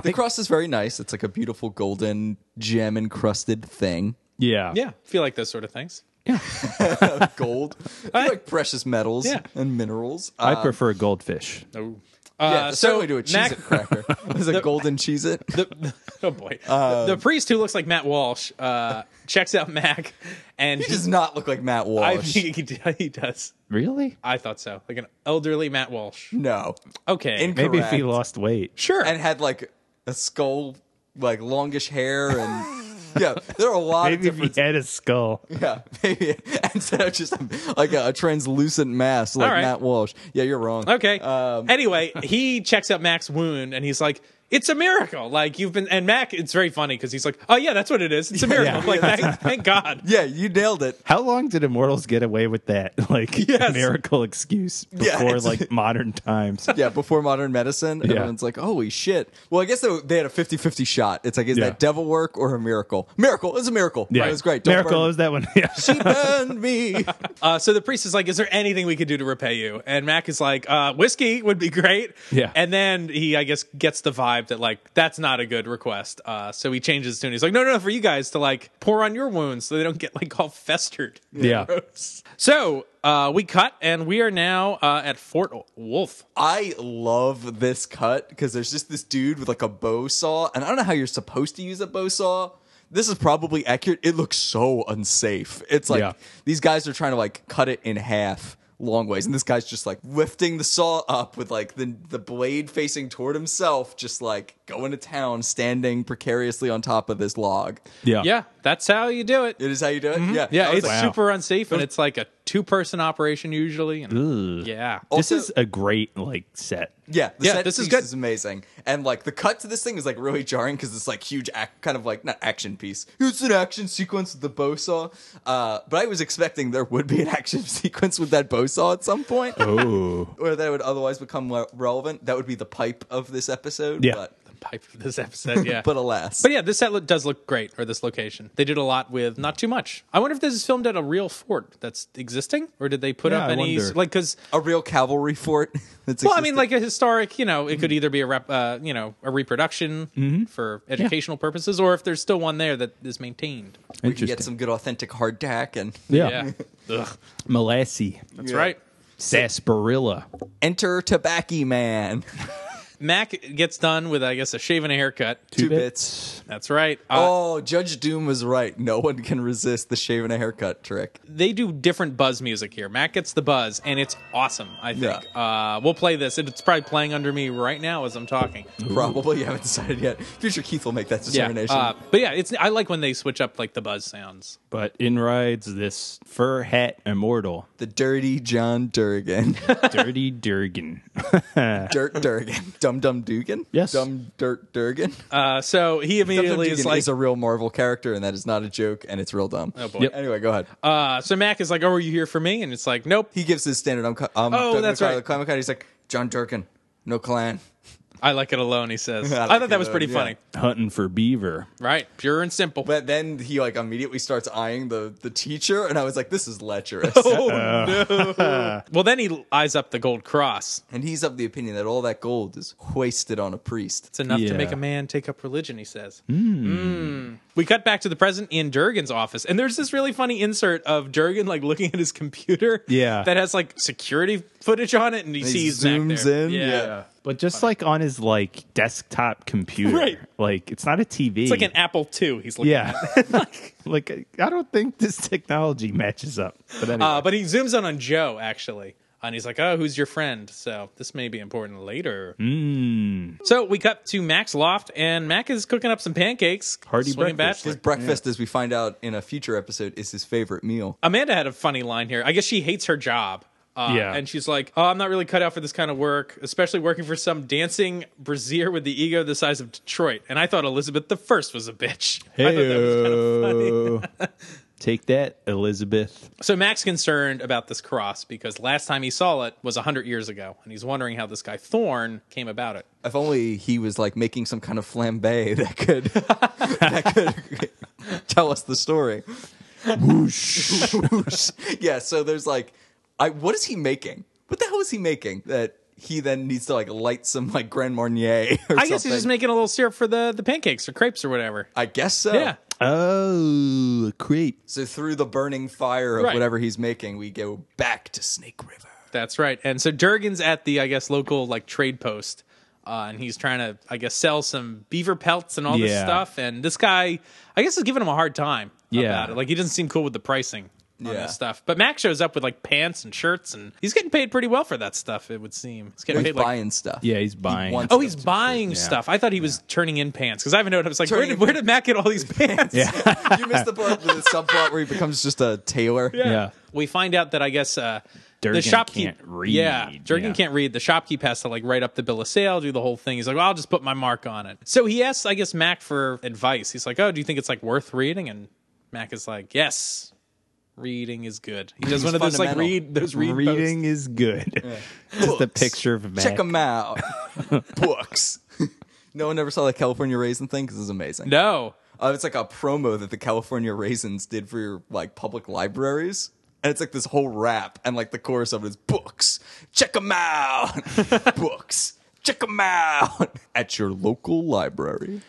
the cross is very nice. It's like a beautiful golden gem encrusted thing.
Yeah.
Yeah, feel like those sort of things.
Uh, Gold. I like precious metals
Yeah.
and minerals.
I
Uh,
prefer goldfish.
Oh,
yeah,
uh,
certainly
so
to a cheese
Mac,
it cracker. There's a golden cheese it.
the, oh boy,
Um,
the priest who looks like Matt Walsh uh, checks out Mac, and
He
he,
does not look like Matt
I
Walsh.
think he, d- he does.
Really?
I thought so, like an elderly Matt Walsh.
no.
Okay,
In-
Maybe if he
Correct.
lost weight.
sure.
And had like a skull, like longish hair and Yeah, there are a lot
Maybe
of
if he
different.
had a skull.
Yeah, maybe instead of just like a, translucent mass like
All right.
Matt Walsh. Yeah, you're wrong.
okay.
Um,
anyway, he checks out Mac's wound, and he's like. It's a miracle. Like you've been, and Mac, it's very funny because he's like, "Oh yeah, that's what it is. It's a miracle."
yeah.
Like, Mac, thank God.
yeah, you nailed it.
How long did immortals get away with that like
Yes.
miracle excuse
Yeah,
before
it's-
like modern times?
yeah, before modern medicine, everyone's like, holy shit. Well, I guess they, they had a 50 50 shot. It's like, is
Yeah.
that devil work or a miracle? Miracle. It's a miracle.
Yeah.
It was great. Don't
miracle it
burn.
was that one. Yeah.
She burned me.
Uh, so the priest is like, "Is there anything we could do to repay you?" And Mac is like, uh, "Whiskey would be great."
Yeah.
And then he, I guess, gets the vibe that like that's not a good request. Uh, so he changes tune. He's like, "No, no, no, for you guys to like pour on your wounds so they don't get like all festered."
Yeah.
Gross. So uh, we cut, and we are now uh, at Fort Wolf.
I love this cut because there's just this dude with like a bow saw, and I don't know how you're supposed to use a bow saw. This is probably accurate. It looks so unsafe. It's like
Yeah.
these guys are trying to like cut it in half long ways, and this guy's just like lifting the saw up with like the the blade facing toward himself, just like going to town, standing precariously on top of this log.
Yeah.
Yeah, that's how you do it.
It is how you do it. Yeah,
Mm-hmm. Yeah,
I was
it's
like-
Wow.
super unsafe, and it's like a two-person operation usually. and- Yeah.
This
Also-
is a great like set.
Yeah, the
Yeah,
set
this is
piece
good.
is amazing, and like the cut to this thing is like really jarring because it's like huge, ac- kind of like not action piece. It's an action sequence with the bow saw, uh, but I was expecting there would be an action sequence with that bow saw at some point,
Oh.
or that would otherwise become le- relevant. That would be the pipe of this episode.
Yeah.
but,
Pipe of this episode. Yeah.
but alas,
But yeah, this set lo- does look great, or this location. They did a lot with not too much. I wonder if this is filmed at a real fort that's existing, or did they put
Yeah,
up
I
any
wonder.
like because
a real cavalry fort. That's
well, I mean,
existing.
like a historic, you know, it
Mm-hmm.
could either be a rep, uh, you know, a reproduction for educational purposes, or if there's still one there that is maintained.
we can get some good authentic hardtack and
yeah.
Ugh,
Molasses.
that's right.
Sarsaparilla.
enter Tobacco Man.
Mac gets done with, I guess, a shave and a haircut.
Two bits.
That's right. Uh,
Oh, Judge Doom was right. No one can resist the shave and a haircut trick.
They do different buzz music here. Mac gets the buzz, and it's awesome. I think uh, we'll play this. It's probably playing under me right now as I'm talking.
Probably you haven't decided yet. Future Keith will make that determination.
Yeah, uh, but yeah, it's I like when they switch up like the buzz sounds.
But in rides this fur hat immortal,
the dirty John Durgan.
Dirty Durgan.
Dirt Durgan. Dum Dum Dugan?
Yes.
Dum Dirt Durgan.
Uh, so he
Dum Dum
immediately
Dugan
is like,
is a real Marvel character, and that is not a joke, and it's real dumb. Oh,
boy.
Yep.
Anyway, go ahead.
uh, so Mac is like, "Oh, are you here for me?" And it's like, "Nope."
he gives his standard. I'm, co- I'm
Oh,
Doug
that's
McCoy,
right.
the Clan McCoy. He's like, John Durgan, no clan.
I like it alone, he says.
I
I,
like
thought
it
that was pretty
alone,
funny.
yeah.
Hunting for beaver.
Right. Pure and simple.
But then he like immediately starts eyeing the the teacher, and I was like, "This is lecherous." uh,
well, then he eyes up the gold cross.
and he's of the opinion that all that gold is wasted on a priest.
It's enough
Yeah.
to make a man take up religion, he says. Mm. We cut back to the present in Durgan's office, and there's this really funny insert of Durgan like looking at his computer.
Yeah.
That has like security footage on it, and he
And he
sees Mac
zooms
there.
in, yeah.
But just like on his like desktop computer,
Right.
Like it's not a TV.
It's like an Apple II. He's looking
yeah. like I don't think this technology matches up. But anyway,
Uh, but he zooms in on Joe actually, and he's like, "Oh, who's your friend?" So this may be important later. So we cut to Mac's loft, and Mac is cooking up some pancakes.
Hearty
swinging
breakfast.
bachelor.
Breakfast, as we find out in a future episode, is his favorite meal.
Amanda had a funny line here. I guess she hates her job. Uh,
Yeah.
And she's like, oh, I'm not really cut out for this kind of work, especially working for some dancing brazier with the ego the size of Detroit. And I thought Elizabeth the First was a bitch. I thought that was kind of funny.
Heyo. Take that, Elizabeth.
So Mac's concerned about this cross because last time he saw it was 100 years ago. And he's wondering how this guy Thorne came about it.
If only he was like making some kind of flambe that could that could tell us the story. Whoosh, whoosh. Yeah. So there's like, I what is he making? What the hell is he making that he then needs to like light some like Grand Marnier? Or
I guess he's just making a little syrup for the, the pancakes or crepes or whatever.
I guess so.
Yeah.
Oh, a creep.
So through the burning fire of
Right.
whatever he's making, we go back to Snake River.
That's right. And so Durgan's at the, I guess, local like trade post, uh, and he's trying to, I guess, sell some beaver pelts and all this
Yeah.
stuff. And this guy, I guess, is giving him a hard time
Yeah.
about it. Like he doesn't seem cool with the pricing on
Yeah.
this stuff. But Mac shows up with like pants and shirts, and he's getting paid pretty well for that stuff. It would seem he's getting
He's
paid like.
buying stuff.
Yeah, he's buying.
wants
Oh, he's buying stuff. I thought he was turning in pants because I haven't noticed. I was like, where
Turning
did,
in
where did Mac get all these pants?
you missed the part with the subplot where he becomes just a tailor.
Yeah.
we find out that I guess uh, the
Durgan
shopkeep
can't read.
Yeah, Durgan
Yeah.
can't read. The shopkeep has to like write up the bill of sale, do the whole thing. He's like, well, I'll just put my mark on it. So he asks, I guess, Mac for advice. He's like, oh, do you think it's like worth reading? And Mac is like, yes, reading is good. He does one of those like
fundamental.
read those read
Reading
posts.
is good. Just a picture of Mac.
Check him out. Books. no one ever saw the California raisin thing because it's amazing.
No,
Uh, it's like a promo that the California raisins did for your like public libraries. And it's like this whole rap, and like the chorus of it is books. Check them out. books. Check them out at your local library.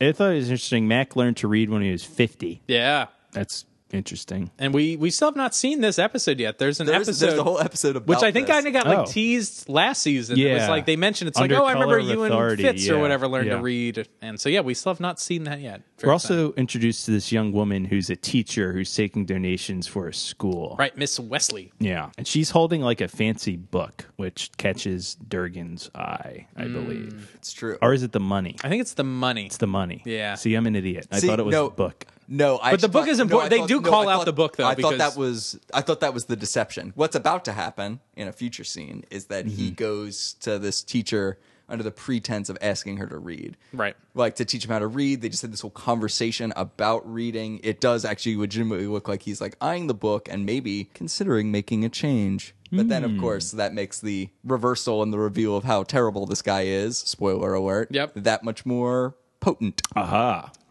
I thought it was interesting. Mac learned to read when he was 50.
yeah.
That's interesting.
And we we still have not seen this episode yet. There's an
There's,
episode.
there's a whole episode about
which I think
this.
kind of got like
Oh.
teased last season. It was
Yeah.
like they mentioned it's
Under
like, oh, I
color
remember
of
you
authority,
and Fitz or
yeah.
whatever learned to
Yeah.
read, and so yeah, we still have not seen that yet. Very
We're
exciting.
also introduced to this young woman who's a teacher who's taking donations for a school.
right, Miss Wesley.
Yeah. And she's holding like a fancy book, which catches Durgan's eye, I believe.
It's true.
Or is it the money?
I think it's the money.
It's the money.
Yeah.
See, I'm an idiot. I
See,
thought it was
no,
the book.
No, I
But the
just
book
thought-
is
no, I
important. They
thought-
do
no,
call
I
out
thought-
the book, though,
I thought
because-
that was I thought that was the deception. What's about to happen in a future scene is that
Mm-hmm.
he goes to this teacher under the pretense of asking her to read,
Right.
Like to teach him how to read. They just had this whole conversation about reading. It does actually legitimately look like he's like eyeing the book and maybe considering making a change. But then,
Hmm.
of course, that makes the reversal and the reveal of how terrible this guy is. Spoiler alert.
Yep.
That much more potent.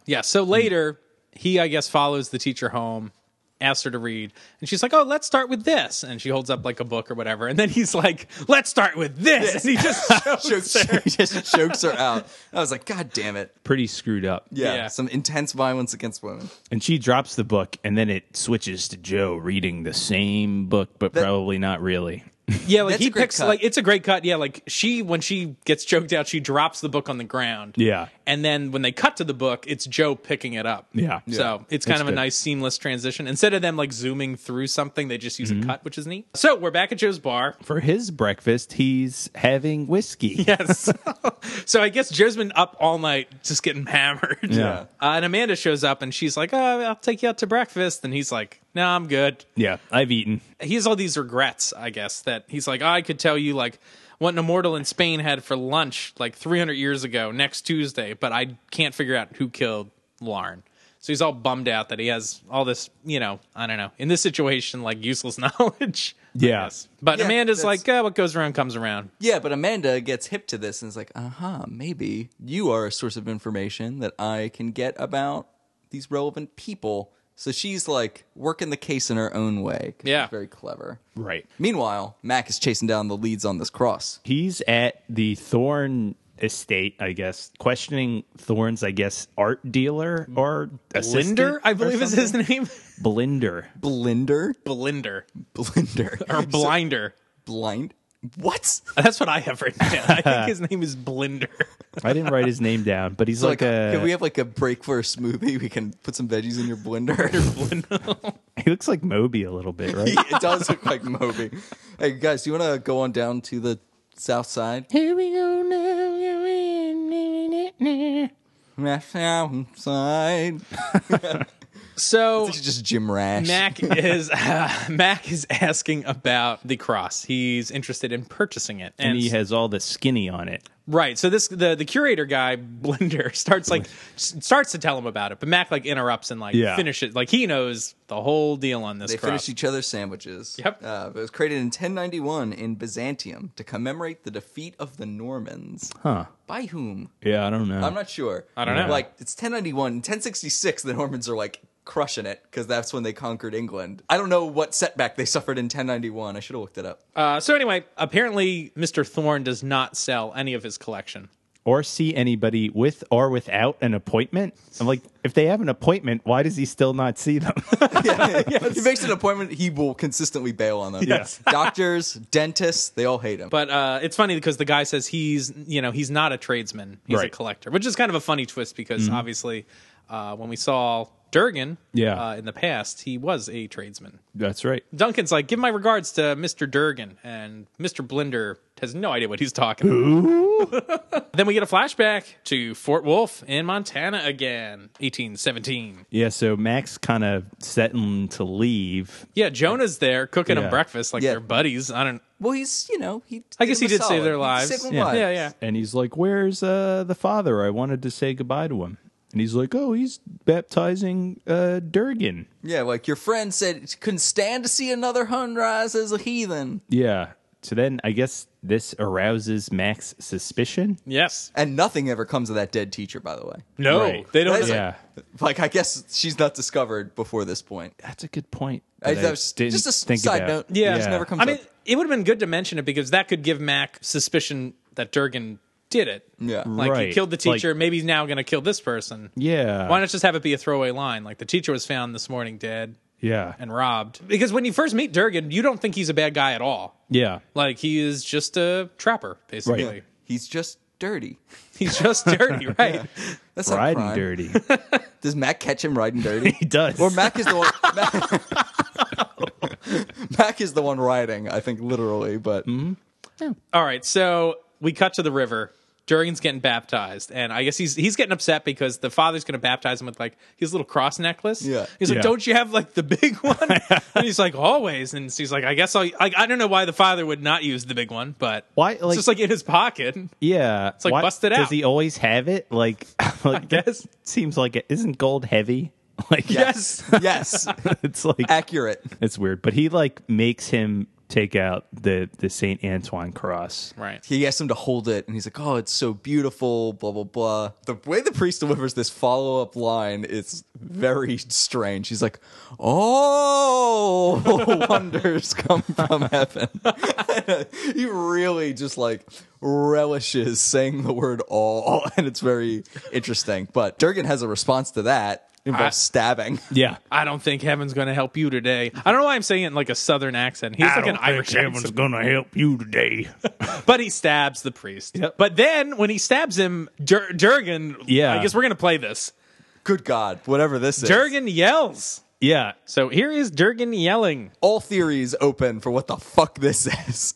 yeah. So later, he I guess follows the teacher home, asks her to read, and she's like, "Oh, let's start with this," and she holds up like a book or whatever, and then he's like, "Let's start with this," and he just shows
chokes
her.
he just chokes her out. I was like, God damn it.
Pretty screwed up.
Yeah,
Yeah.
Some intense violence against women.
And she drops the book, and then it switches to Joe reading the same book, but probably not really.
Yeah, like
That's
he
a great
picks
cut.
like it's a great cut. Yeah, like she when she gets choked out, she drops the book on the ground.
Yeah.
And then when they cut to the book, it's Joe picking it up.
Yeah. Yeah.
So it's kind
That's
of a
good.
nice seamless transition. Instead of them like zooming through something, they just use a cut, which is neat. So we're back at Joe's bar.
For his breakfast, he's having whiskey.
Yes. so I guess Joe's been up all night just getting hammered.
Yeah.
Uh, and Amanda shows up and she's like, Oh, I'll take you out to breakfast. And he's like, No, I'm good.
Yeah, I've eaten.
he has all these regrets, I guess, that he's like, I could tell you like what an immortal in Spain had for lunch like 300 years ago next Tuesday, but I can't figure out who killed Lauren. So he's all bummed out that he has all this, you know, I don't know, in this situation, like useless knowledge. I
Yeah.
guess. But
Yeah,
Amanda's
that's-
like, uh, what goes around comes around.
Yeah, but Amanda gets hip to this and is like, uh huh, maybe you are a source of information that I can get about these relevant people. So she's like working the case in her own way. 'cause
Yeah.
She's very clever.
Right.
Meanwhile, Mac is chasing down the leads on this cross.
He's at the Thorn estate, I guess, questioning Thorn's, I guess, art dealer or assistant
Blinder, I
or
believe is his name.
something. Blinder.
Blinder?
Blinder
Blinder.
or Blinder.
Blind? What?
That's what I have written down. I think his name is Blinder.
I didn't write his name down, but he's like, a.
Can we have like a break for a smoothie? We can put some veggies in your blender.
he looks like Moby a little bit, right?
it does look like Moby. Hey guys, do you want to go on down to the south side? Here we go now. South side.
So
It's just Jim Rash.
Mac is Mac is asking about the cross. He's interested in purchasing it,
and he has all the skinny on it.
Right. So this the the curator guy Blender starts like s- starts to tell him about it, but Mac like interrupts and like
Yeah.
finishes like he knows the whole deal on this.
They
cross.
finished each other's sandwiches.
Yep.
Uh, it was created in 1091 in Byzantium to commemorate the defeat of the Normans.
Huh.
By whom?
Yeah, I don't know.
I'm not sure.
I don't know.
Like it's 1091, In 1066. The Normans are like crushing it because that's when they conquered England. I don't know what setback they suffered in 1091. I should have looked it up.
Uh, so anyway, apparently Mr. Thorne does not sell any of his collection.
or see anybody with or without an appointment. I'm like, if they have an appointment, why does he still not see them?
He makes an appointment. He will consistently bail on them. Yes. Doctors, dentists, they all hate him.
But uh, it's funny because the guy says he's you know he's not a tradesman, he's a
Right. Mm-hmm.
collector, which is kind of a funny twist because obviously uh, when we saw Durgan
Yeah.
uh, in the past, he was a tradesman.
That's right.
Duncan's like, give my regards to Mr. Durgan, and Mr. Blinder has no idea what he's talking about. then we get a flashback to Fort Wolf in Montana again, 1817.
Yeah, so Max kind of setting to leave.
Yeah, Jonah's there cooking
Yeah.
him breakfast like
Yeah.
they're buddies. I don't.
well, he's you know he.
I guess he
him a
did save
solid.
their
He
lives.
saved them
Yeah.
lives.
Yeah, yeah.
And he's like, Where's uh, the father? I wanted to say goodbye to him. And he's like, Oh, he's baptizing uh, Durgan.
Yeah, like your friend said, couldn't stand to see another sunrise as a heathen.
Yeah. So then I guess this arouses Max suspicion.
Yes.
And nothing ever comes of that dead teacher, by the way.
No,
Right.
they don't.
That's-
Yeah.
Like I guess she's not discovered before this point.
That's a good point.
I-
that
that was
didn't
just a s-
think
side
about.
note.
Yeah.
It just never comes
I mean,
up.
it would have been good to mention it because that could give Mac suspicion that Durgan did it.
Yeah.
Like he
Right.
killed the
Like-
teacher, maybe he's now going to kill this person.
Yeah.
Why not just have it be a throwaway line? Like the teacher was found this morning dead.
Yeah.
and robbed. Because when you first meet Durgan, you don't think he's a bad guy at all.
yeah.
Like he is just a trapper, basically.
Right.
He's just dirty.
He's just dirty, right?
That's not
Riding
crime.
dirty.
Does Mac catch him riding dirty?
he does.
or Mac is the one. Mac, Mac is the one riding. I think literally, but
All right, so we cut to the river. Durgan's getting baptized, and I guess he's he's getting upset because the father's going to baptize him with like his little cross necklace.
Yeah.
he's like,
Yeah.
"Don't you have like the big one?" and he's like, "Always." And he's like, "I guess I'll, I I don't know why the father would not use the big one, but
Why,
it's
like-
just like in his pocket."
Yeah, it's
like busted
does
out.
Does he always have it? Like, like
guess.
that seems like it isn't gold heavy. Like,
yes, yes,
it's like
accurate.
it's weird. But he like makes him take out the the Saint Antoine cross.
Right.
He asks him to hold it, and he's like, "Oh, it's so beautiful." Blah blah blah. The way the priest delivers this follow up line is very strange. He's like, "Oh, wonders come from heaven." he really just like relishes saying the word "all," and it's very interesting. But Durgan has a response to that involves
I-
stabbing.
Yeah,
I don't think heaven's going to help you today. I don't know why I'm saying it in like a southern accent. He's like an Irish accent.
gonna help you today.
But he stabs the priest.
Yep.
But then when he stabs him, Dur- Durgan,
Yeah.
I guess we're going to play this.
Good God, whatever this is.
Durgan yells.
yeah,
So here is Durgan yelling.
all theories open for what the fuck this is.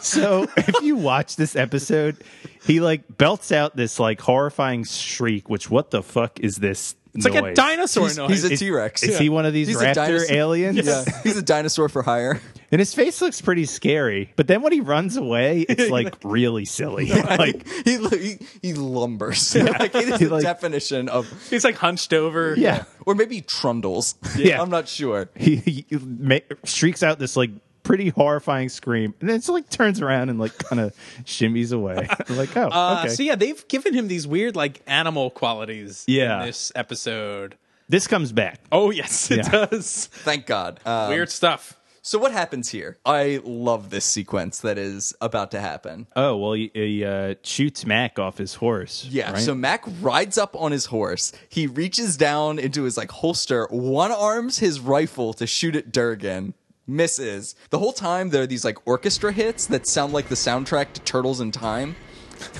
So if you watch this episode, he like belts out this like horrifying shriek, which what the fuck is this
It's like a
noise.
dinosaur
He's,
noise.
he's a
Is-
T Rex.
Is he one of these
He's a
raptor
dinosaur.
aliens?
Yeah, he's a dinosaur for hire.
And his face looks pretty scary. But then when he runs away, it's like really silly. Like,
He he, he lumbers. like it is
He,
the
like-
definition of,
he's like hunched over.
yeah.
or maybe trundles.
Yeah.
I'm not sure.
He, he ma- shrieks out this like pretty horrifying scream. And then it's like turns around and like kind of shimmies away. I'm like, oh,
Uh,
okay.
So yeah, they've given him these weird like animal qualities.
Yeah.
in this episode.
This comes back.
Oh yes, it
Yeah. Um,
does.
Thank God. Uh,
weird stuff.
so what happens here? I love this sequence that is about to happen.
Oh, well, he, he uh, shoots Mac off his horse.
Yeah.
right?
So Mac rides up on his horse. He reaches down into his like holster, one arms his rifle to shoot at Durgan. Misses. The whole time there are these like orchestra hits that sound like the soundtrack to Turtles in Time.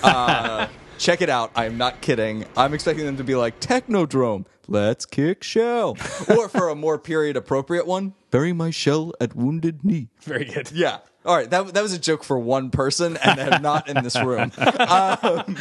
Uh, check it out. I'm not kidding. I'm expecting them to be like Technodrome. Let's kick shell, or for a more period appropriate one, bury my shell at wounded knee.
Very good.
Yeah. All right. That, that was a joke for one person and they're not in this room. Um,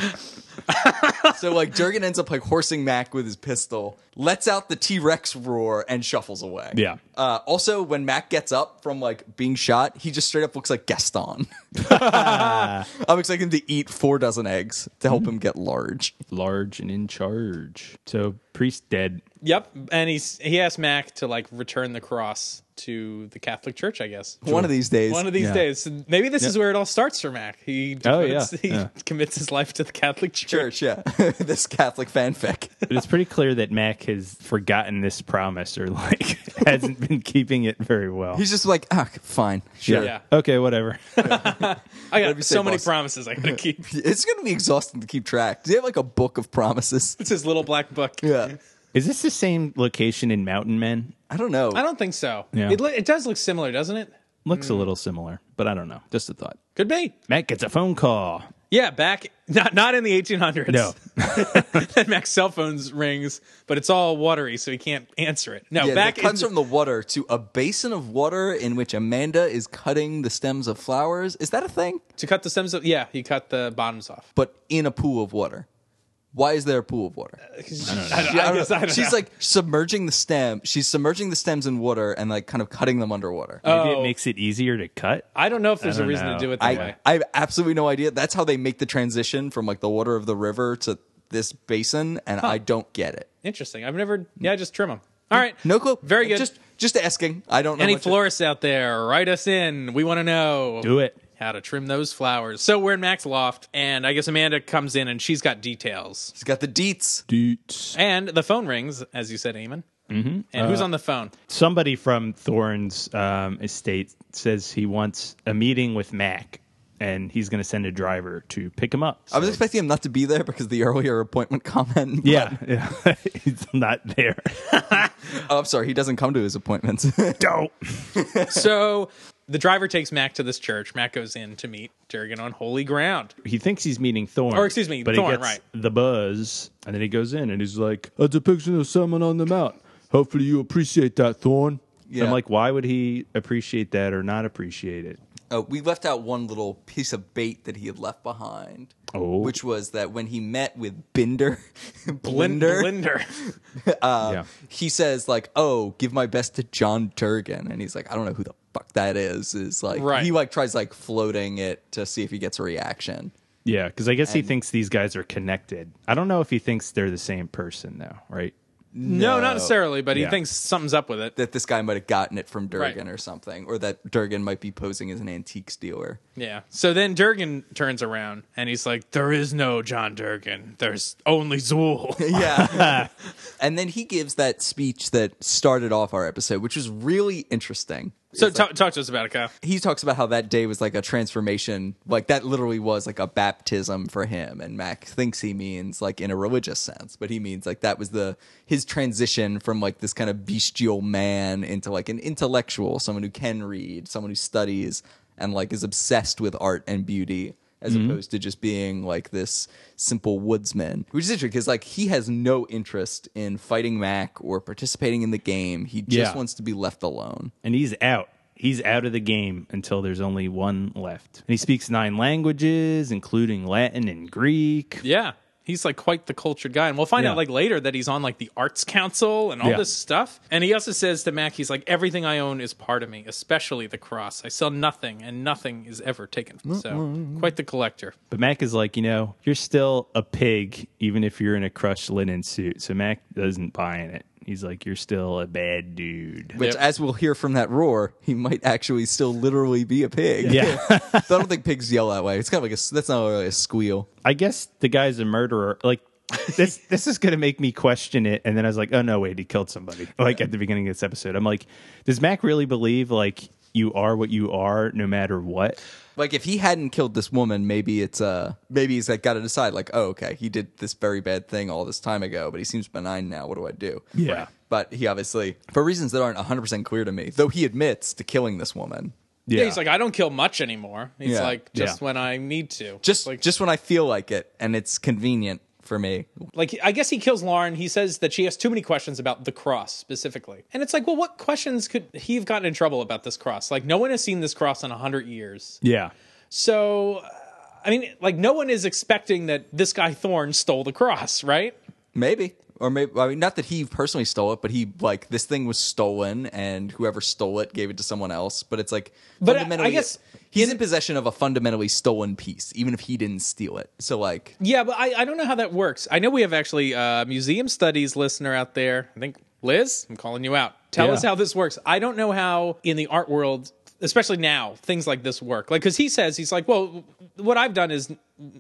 so, like, Jurgen ends up, like, horsing Mac with his pistol, lets out the T Rex roar, and shuffles away.
Yeah.
Uh, also, when Mac gets up from, like, being shot, he just straight up looks like Gaston. I'm expecting him to eat four dozen eggs to help him get large.
large and in charge. So priest dead.
Yep. And he's he asked Mac to like return the cross to the Catholic Church. I guess
One of these days.
One of these
Yeah.
days. Maybe this is where it all starts for Mac. He
Oh,
devotes-
yeah.
he
Yeah.
commits his life to the Catholic Church.
Church, yeah. this Catholic fanfic.
But it's pretty clear that Mac has forgotten this promise or like hasn't been keeping it very well.
He's just like, ah, fine. Sure.
Yeah.
Okay, whatever.
I
Whatever you
got
say,
so many
boss.
promises I gotta keep.
It's going to be exhausting to keep track. Do you have, like, a book of promises?
It's his little black book.
Yeah.
Is this the same location in Mountain Men?
I don't know.
I don't think so.
Yeah.
It, lo- it does look similar, doesn't it?
Looks a little similar, but I don't know. Just a thought.
Could be.
Mac gets a phone call.
Yeah, back not not in the 1800s.
No.
and Mac's cell phones rings, but it's all watery, so he can't answer it. No,
yeah,
back
that cuts
in,
from the water to a basin of water in which Amanda is cutting the stems of flowers. Is that a thing?
to cut the stems. Of, yeah, he cut the bottoms off.
But in a pool of water. Why is there a pool of water?
Uh, I don't-
Yeah,
I
I don't
guess
know.
I don't
She's
know.
like submerging the stem. She's submerging the stems in water and like kind of cutting them underwater.
Maybe
Oh.
it makes it easier to cut.
I don't know if there's a
don't
reason
know.
to do it that
I
way.
I have absolutely no idea. That's how they make the transition from like the water of the river to this basin, and I don't get it.
Interesting. I've never. Yeah, just trim them. All right.
No clue.
Very good.
Just just asking. I don't know.
Any
much-
florists out there, write us in. We want to know.
Do it.
How to trim those flowers. So we're in Mac's loft, and I guess Amanda comes in and she's got details.
She's got the deets.
Doots.
And the phone rings, as you said, Eamon. Mm-hmm. And who's on the phone?
Somebody from Thorne's um, estate says he wants a meeting with Mac, and he's going to send a driver to pick him up.
I was expecting him not to be there because the earlier appointment comment. but-
Yeah, yeah. he's not there.
Oh, I'm sorry. He doesn't come to his appointments.
Don't.
so the driver takes Mac to this church. Mac goes in to meet Durgan on holy ground.
He thinks he's meeting Thorn.
Or, excuse me,
but
Thorne,
he gets
right.
the buzz, and then he goes in and he's like, "A depiction of someone on the mount. Hopefully, you appreciate that, Thorn."
Yeah.
I'm like, why would he appreciate that or not appreciate it?
uh, we left out one little piece of bait that he had left behind,
Oh.
which was that when he met with Binder,
Blin-
Blinder,
Blinder. Uh,
yeah,
he says like, "Oh, give my best to John Durgan," and he's like, "I don't know who the fuck that is." Is like
Right.
he like tries like floating it to see if he gets a reaction.
yeah, because I guess he thinks these guys are connected. I don't know if he thinks they're the same person though, right?
No, not necessarily, but he
Yeah.
thinks something's up with it.
That this guy might have gotten it from Durgan
Right.
or something, or that Durgan might be posing as an antiques dealer.
Yeah. So then Durgan turns around and he's like, There is no John Durgan. There's only Zool.
Yeah. and then he gives that speech that started off our episode, which was really interesting.
so ta- talk to us about it, Kyle.
He talks about how that day was like a transformation, like that literally was like a baptism for him. And Mac thinks he means like in a religious sense, but he means like that was the his transition from like this kind of bestial man into like an intellectual, someone who can read, someone who studies and like is obsessed with art and beauty as opposed to just being like this simple woodsman, which is interesting because like he has no interest in fighting Mac or participating in the game. He just
Yeah.
wants to be left alone.
and he's out. He's out of the game until there's only one left. And he speaks nine languages, including Latin and Greek.
Yeah. He's like quite the cultured guy, and we'll find
Yeah.
out like later that he's on like the arts council and all
Yeah.
this stuff. And he also says to Mac, he's like, "Everything I own is part of me, especially the cross. I sell nothing, and nothing is ever taken." from me." So, quite the collector.
But Mac is like, you know, you're still a pig, even if you're in a crushed linen suit. So Mac doesn't buy in it. He's like, you're still a bad dude.
Which,
Yep.
as we'll hear from that roar, he might actually still literally be a pig.
Yeah.
I don't think pigs yell that way. It's kind of like a, that's not really a squeal.
I guess the guy's a murderer. Like this this is gonna make me question it. And then I was like, oh no, wait, he killed somebody. Like at the beginning of this episode. I'm like, does Mac really believe like you are what you are no matter what?
Like if he hadn't killed this woman, maybe it's uh maybe he's like got to decide like oh okay he did this very bad thing all this time ago, but he seems benign now. What do I do?
Yeah.
But he obviously, for reasons that aren't 100% clear to me, though he admits to killing this woman.
Yeah. he's like, "I don't kill much anymore." He's
Yeah.
like, "Just
Yeah.
when I need to."
Just
like,
just when I feel like it and it's convenient for me.
like I guess he kills Lauren. He says that she has too many questions about the cross specifically, and it's like, well, what questions could he have gotten in trouble about this cross? Like, no one has seen this cross in a hundred years,
Yeah.
so. uh, I mean, like, no one is expecting that this guy Thorne stole the cross, right?
Maybe. Or maybe I mean not that he personally stole it, but he like this thing was stolen and whoever stole it gave it to someone else, but it's like
But I- I
fundamentally
guess
he's in possession of a fundamentally stolen piece even if he didn't steal it. So like
Yeah, but I, I don't know how that works. I know we have actually a museum studies listener out there. I think Liz, I'm calling you out. Tell
Yeah.
us how this works. I don't know how in the art world, especially now, things like this work. Like cuz he says he's like, "Well, what I've done is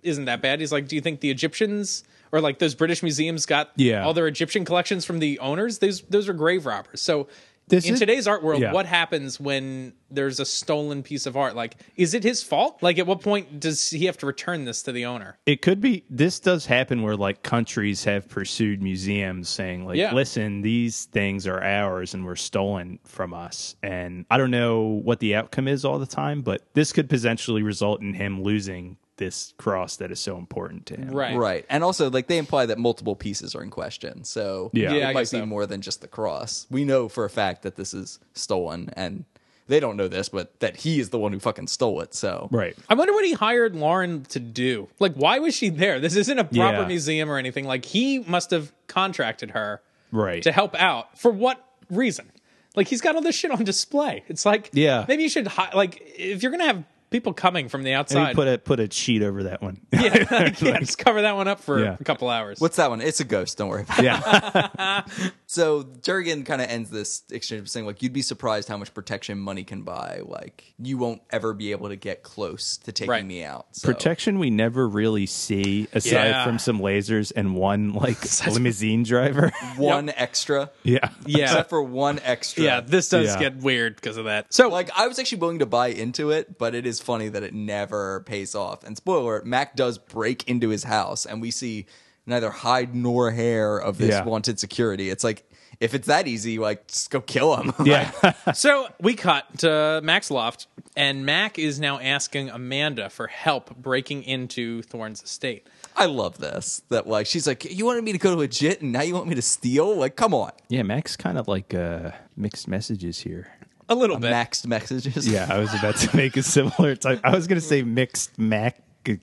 isn't that bad." He's like, "Do you think the Egyptians or like those British museums got
Yeah.
all their Egyptian collections from the owners? Those those are grave robbers." So
This
in
is-
today's art world,
Yeah.
what happens when there's a stolen piece of art? Like, is it his fault? Like, at what point does he have to return this to the owner?
It could be this does happen where like countries have pursued museums saying like
Yeah.
listen these things are ours and were stolen from us and I don't know what the outcome is all the time but this could potentially result in him losing this cross that is so important to him.
Right.
right. And also like they imply that multiple pieces are in question. So
Yeah. Yeah,
it
I
might
guess
be
so.
more than just the cross. We know for a fact that this is stolen and they don't know this, but that he is the one who fucking stole it. So
Right.
I wonder what he hired Lauren to do. Like, why was she there? This isn't a proper
Yeah.
museum or anything. Like, he must have contracted her
Right.
to help out. For what reason? Like, he's got all this shit on display. It's like,
Yeah.
maybe you should hi- like if you're gonna have people coming from the
Maybe
outside.
put a put a sheet over that one.
yeah, like, yeah, just cover that one up for
Yeah.
a couple hours.
What's that one? It's a ghost. Don't worry about it.
yeah.
So Jurgen kind of ends this exchange by saying, like, you'd be surprised how much protection money can buy. Like, you won't ever be able to get close to taking
Right.
me out. So.
Protection we never really see aside
Yeah.
from some lasers and one like limousine driver.
One extra.
yeah.
yeah,
Except for one extra.
yeah. This does
Yeah.
get weird because of that. So,
like I was actually willing to buy into it, but it is funny that it never pays off. And spoiler, alert, Mac does break into his house, and we see neither hide nor hair of this
Yeah.
wanted security. It's like if it's that easy, like just go kill him.
Yeah.
So we cut to Mac's loft, and Mac is now asking Amanda for help breaking into Thorne's estate.
I love this. That like she's like, you wanted me to go to legit, and now you want me to steal? Like, come on.
yeah, Max kind of like uh mixed messages here.
A little bit.
Maxed messages.
Yeah, I was about to make a similar type. I was going to say mixed mackages.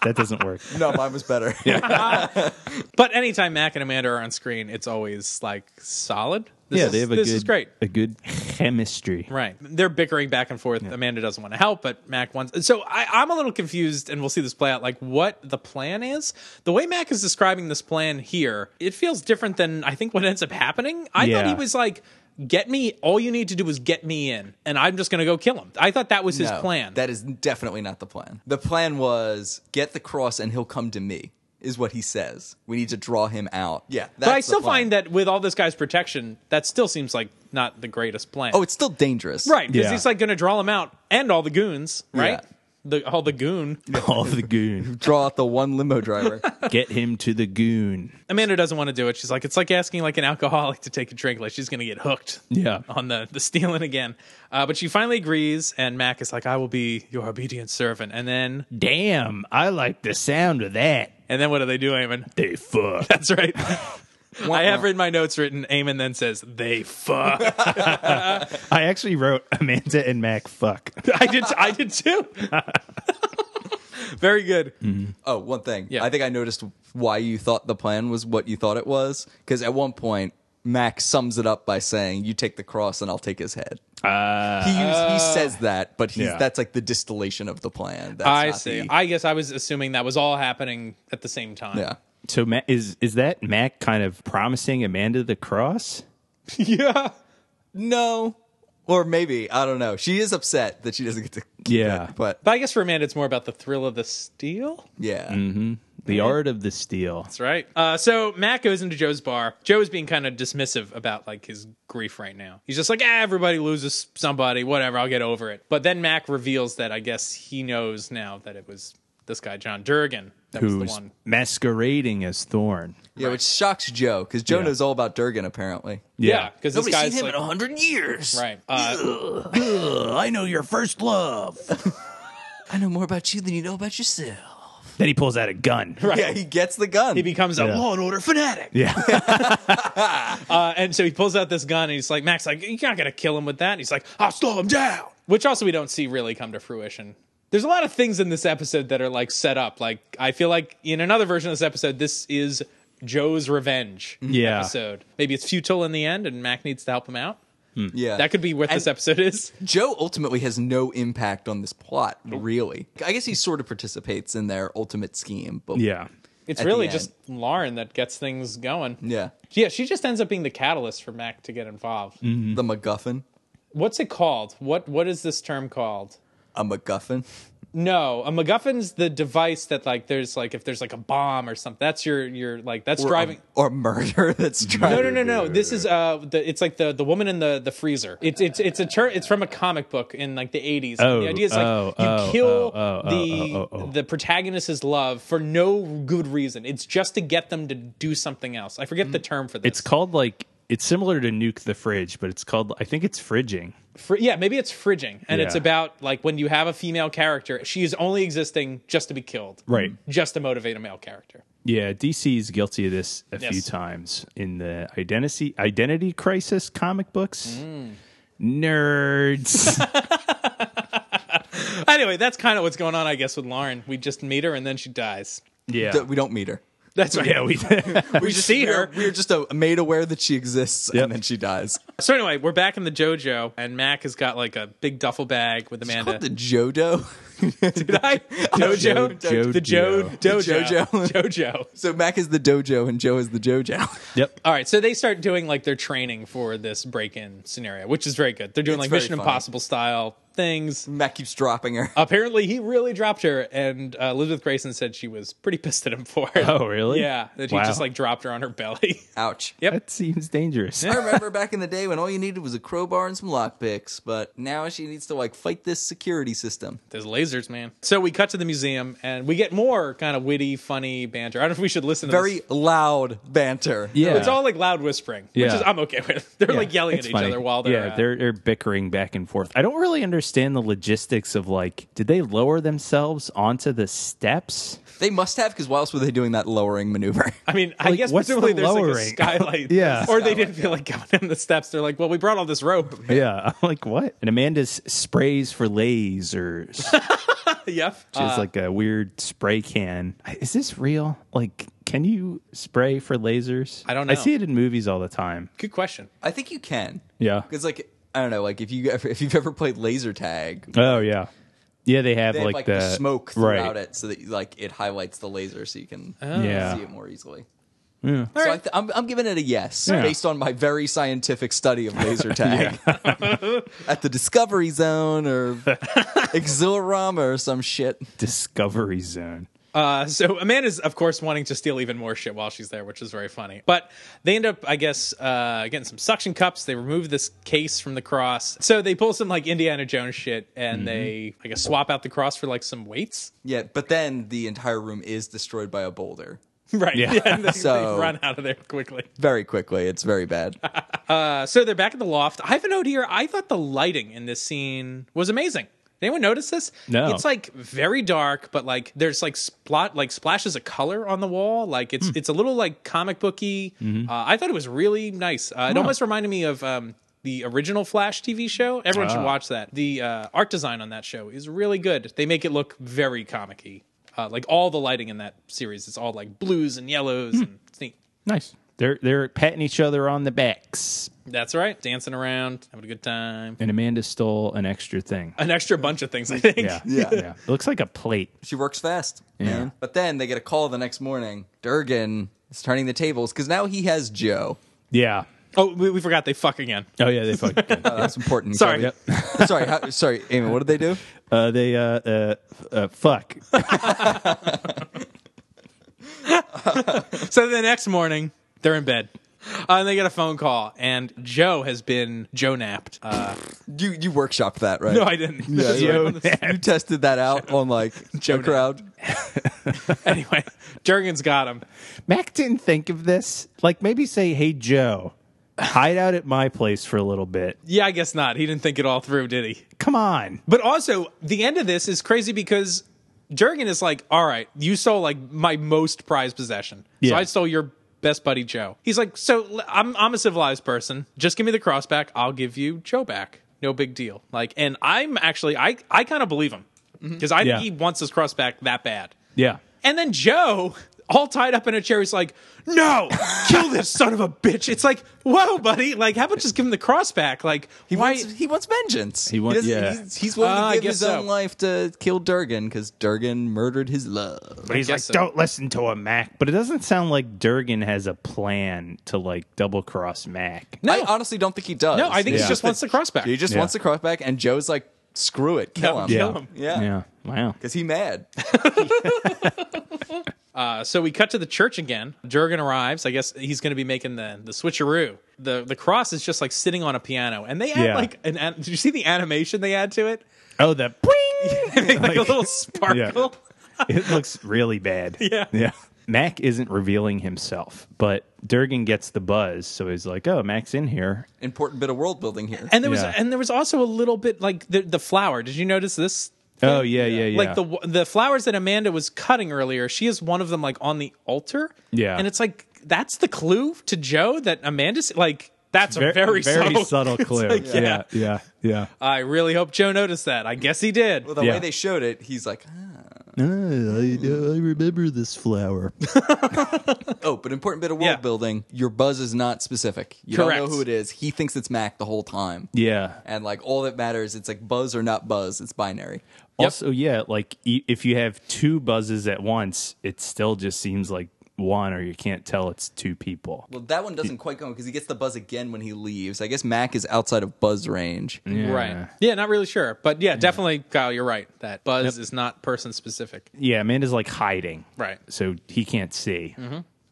That doesn't work.
No, mine was better. Yeah.
But anytime Mac and Amanda are on screen, it's always like solid. This is, this is great.
a good chemistry.
Right. They're bickering back and forth. Amanda doesn't want to help, but Mac wants. So I, I'm a little confused, and we'll see this play out like what the plan is. The way Mac is describing this plan here, it feels different than I think what ends up happening. I thought
Yeah.
he was like, get me, all you need to do is get me in, and I'm just going to go kill him. I thought that was his plan.
That is definitely not the plan. The plan was get the cross, and he'll come to me. Is what he says. We need to draw him out. Yeah,
but
that's
I
the
still
plan.
find that with all this guy's protection, that still seems like not the greatest plan.
Oh, it's still dangerous.
Right, because
Yeah.
he's like going to draw them out and all the goons, right?
Yeah.
The all the goon.
All the goon.
Draw out the one limo driver.
Get him to the goon.
Amanda doesn't want to do it. She's like, it's like asking like an alcoholic to take a drink. Like she's going to get hooked.
Yeah.
on the the stealing again. Uh, but she finally agrees, and Mac is like, I will be your obedient servant. And then
Damn, I like the sound of that.
and then what do they do, Eamon?
They fuck.
That's right. I have in my notes written, Eamon then says, they fuck.
I actually wrote Amanda and Mac fuck.
I did. I did too. Very good.
Oh, one thing.
Yeah.
I think I noticed why you thought the plan was what you thought it was. Because at one point, Max sums it up by saying, "You take the cross, and I'll take his head."
Uh,
he used, he says that, but he's,
yeah.
that's like the distillation of the plan. That's
I
not
see.
the-
I guess I was assuming that was all happening at the same time.
yeah.
So Ma- is is that Mac kind of promising Amanda the cross?
yeah.
No, or maybe I don't know. She is upset that she doesn't get to. Keep
Yeah.
it, but
But I guess for Amanda, it's more about the thrill of the steal.
yeah,
Mm-hmm.
The art of the steal.
That's right. Uh, so Matt goes into Joe's bar. Joe is being kind of dismissive about like his grief right now. He's just like, ah, everybody loses somebody, whatever. I'll get over it. But then Mac reveals that I guess he knows now that it was this guy John Durgan that was
Who's
the one.
masquerading as Thorn?
yeah, which shocks Joe because Joe
Yeah.
knows all about Durgan apparently.
Yeah, because this guy's like,
hundred years.
right. Uh,
I know your first love.
I know more about you than you know about yourself.
then he pulls out a gun.
Yeah, he gets the gun.
he becomes a law and order fanatic.
Yeah.
Uh, and so he pulls out this gun and he's like, Max, like, you're not going to kill him with that. And he's like, I'll slow him down. Which also we don't see really come to fruition. There's a lot of things in this episode that are like set up. Like, I feel like in another version of this episode, this is Joe's revenge
Yeah.
episode. Maybe it's futile in the end and Mac needs to help him out.
yeah,
That could be what this episode is.
Joe ultimately has no impact on this plot, really. I guess he sort of participates in their ultimate scheme, but
Yeah.
It's
At the
really
end.
just Lauren that gets things going.
yeah,
Yeah, she just ends up being the catalyst for Mac to get involved.
the MacGuffin,
What's it called? What What is this term called?
a MacGuffin.
No, a MacGuffin's the device that like there's like if there's like a bomb or something. That's your your like that's
Or a-
driving.
or murder that's driving.
No, no, no, no. This is uh, the, it's like the the woman in the the freezer. It's it's it's a ter- it's from a comic book in like the eighties.
Oh,
the idea is like
oh,
you
oh,
kill
oh, oh, oh,
the
oh, oh, oh.
the protagonist's love for no good reason. It's just to get them to do something else. I forget the term for this.
Mm. It's called like it's similar to nuke the fridge, but it's called I think it's fridging.
Fr- yeah, maybe it's fridging, and it's
Yeah.
about like when you have a female character, she is only existing just to be killed,
Right.
Just to motivate a male character.
Yeah, DC is guilty of this a
Yes.
few times in the identity identity crisis comic books. Nerds.
Anyway, that's kind of what's going on, I guess, with Lauren. We just meet her and then she dies.
yeah.
Th- We don't meet her.
That's right.
yeah, we
We
just see
we're-
her.
We're just uh, made aware that she exists,
Yep.
and then she dies.
So anyway, we're back in the JoJo, and Mac has got like a big duffel bag with Amanda.
Called the Jodo.
uh, Did I? Dojo?
Jo-
The Jo
Jojo.
Dojo.
Jojo.
Jojo.
So Mac is the dojo, and Joe is the Jojo.
Yep.
All right, so they start doing like their training for this break-in scenario, which is very good. They're doing
It's
like
very
Mission
funny.
Impossible style things.
Mac keeps dropping
Uh,
her.
Apparently, he really dropped her, and uh, Elizabeth Grayson said she was pretty pissed at him for it.
Oh, really?
Yeah, that he
Wow.
just like dropped her on her belly.
Ouch.
Yep.
That seems dangerous.
I remember back in the day when all you needed was a crowbar and some lockpicks, but now she needs to like fight this security system.
There's lasers, man. So we cut to the museum and we get more kind of witty, funny banter. I don't know if we should listen to
Very
this.
loud banter.
Yeah.
It's all like loud whispering, which
Yeah.
is I'm okay with. They're
Yeah,
like yelling
it's
at each
funny.
other while they're
yeah
uh,
they're, they're bickering back and forth. I don't really understand the logistics of like, did they lower themselves onto the steps?
They must have, because why else were they doing that lowering maneuver?
I mean, I
like,
guess
what's the
presumably there's like a
lowering?
skylight.
Yeah.
Or they didn't feel like going in the steps. They're like, well, we brought all this rope.
Yeah, I'm like, what? And Amanda's sprays for lasers, which
yep. Uh,
Uh,
is like a weird spray can. Is this real? Like, can you spray for lasers?
I don't
I
know.
see it in movies all the time.
Good question.
I think you can.
Yeah.
Because like I don't know, like if you ever, if you've ever played laser tag,
Oh yeah, yeah. They have
they have,
like,
like the, smoke throughout
right.
it, so that like it highlights the laser, so you can
Yeah.
see it more easily. So I
right.
th- I'm, I'm giving it a yes
Yeah.
based on my very scientific study of laser tag at the Discovery Zone or Exilorama or some shit.
Discovery Zone.
Uh, so Amanda's, of course, wanting to steal even more shit while she's there, which is very funny. But they end up, I guess, uh, getting some suction cups. They remove this case from the cross. So they pull some like Indiana Jones shit, and they, I guess, swap out the cross for like some weights.
Yeah, but then the entire room is destroyed by a boulder
Right. Yeah. and they,
So-
they run out of there quickly.
very quickly. It's very bad.
Uh, so they're back at the loft. I have a note here. I thought the lighting in this scene was amazing. Did anyone notice this?
No.
It's like very dark, but like there's like splot like splashes of color on the wall. Like it's it's a little like comic booky. Uh, I thought it was really nice. Uh, it almost reminded me of um, the original Flash TV show. Everyone should watch that. The uh, art design on that show is really good. They make it look very comic-y. Uh, like all the lighting in that series, it's all like blues and yellows and it's neat.
Nice. They're they're patting each other on the backs.
That's right. Dancing around, having a good time.
And Amanda stole an extra thing.
An extra bunch of things, I think.
Yeah. yeah. It looks like a plate.
She works fast. man. But then they get a call the next morning. Durgan is turning the tables because now he has Joe.
Yeah.
Oh, we, we forgot they fuck again.
Oh yeah, they fucking
Oh, that's important.
Sorry.
Kobe. sorry, how, sorry, Amy. What did they do?
uh, they uh, uh, f- uh fuck.
So the next morning, they're in bed. Uh, and they get a phone call, and Joe has been Joe napped. Uh,
You you workshopped that, right?
no, I didn't.
Yeah, you, you tested that out on like a crowd.
anyway, Jurgen's got him.
Mac didn't think of this. Like maybe say, "Hey Joe, hide out at my place for a little bit."
Yeah, I guess not. He didn't think it all through, did he?
Come on.
But also, the end of this is crazy because Jurgen is like, all right, you stole like my most prized possession. So
Yeah.
I stole your best buddy Joe. He's like, so l- I'm I'm a civilized person. Just give me the cross back. I'll give you Joe back. No big deal. Like, and I'm actually I I kind of believe him because I
Mm-hmm. Yeah.
think he wants his cross back that bad.
Yeah.
And then Joe, all tied up in a chair, is like, "No, kill this son of a bitch!" It's like, "Whoa, buddy! Like, how about just give him the cross back? Like,
He
why?"
wants he wants vengeance. He
wants-
doesn't-
yeah.
He's, he's willing
Ah, I
to give
guess
his
so.
own life to kill Durgan because Durgan murdered his love.
But he's like,
guess so.
"Don't listen to a Mac." But it doesn't sound like Durgan has a plan to like double cross Mac.
no,
I honestly don't think he does.
no, I think
Yeah.
he just wants the cross back.
he just
Yeah.
wants the cross back, and Joe's like, screw it, kill
No,
him.
kill him.
Yeah.
Yeah. Wow.
Because he mad.
So we cut to the church again. Jurgen arrives. I guess he's going to be making the the switcheroo. the The cross is just like sitting on a piano, and they add
Yeah.
like an. an- Did you see the animation they add to it?
Oh, the
They make like, a
Like-
little sparkle.
it looks really bad.
Yeah.
Yeah. Mac isn't revealing himself, but Durgan gets the buzz, so he's like, "Oh, Mac's in here."
Important bit of world building here.
And there was
Yeah.
and there was also a little bit like the the flower. Did you notice this?
Oh yeah, yeah, yeah.
Like the the flowers that Amanda was cutting earlier, she has one of them like on the altar.
Yeah.
and it's like that's the clue to Joe that Amanda's like that's a very subtle.
clue.
like,
yeah,
yeah.
yeah, yeah.
I really hope Joe noticed that. I guess he did.
Well, the
Yeah.
way they showed it, he's like,
Ah, I, remember this flower.
oh, but important bit of world
Yeah.
building. Your buzz is not specific. You
Correct.
don't know who it is. He thinks it's Mac the whole time.
Yeah.
And like all that matters, it's like buzz or not buzz. It's binary.
Also, yeah, like e- if you have two buzzes at once, it still just seems like one, or you can't tell it's two people.
Well, that one doesn't quite go because he gets the buzz again when he leaves. I guess Mac is outside of buzz range.
Right. Yeah, not really sure. But yeah, definitely, Kyle, you're right. That buzz is not person specific.
Yeah, Amanda's like hiding.
Right.
So he can't see.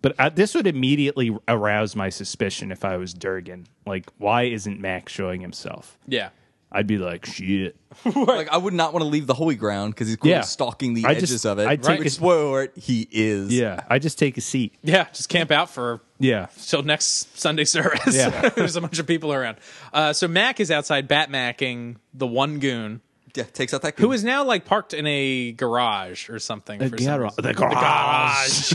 But I, this would immediately arouse my suspicion if I was Durgan. Like, why isn't Mac showing himself?
Yeah.
I'd be like, shit.
Like I would not want to leave the holy ground because he's clearly
Yeah.
stalking the
I
edges
just-
of it.
I take
Which
it-
spoiler alert, he is.
Yeah. I just take a seat.
Yeah, just camp out for
Yeah.
till next Sunday service.
Yeah.
There's a bunch of people around. Uh, so Mac is outside batmacking the one goon
Yeah, takes out that.
who is now like parked in a garage or something. for some reason.
The garage.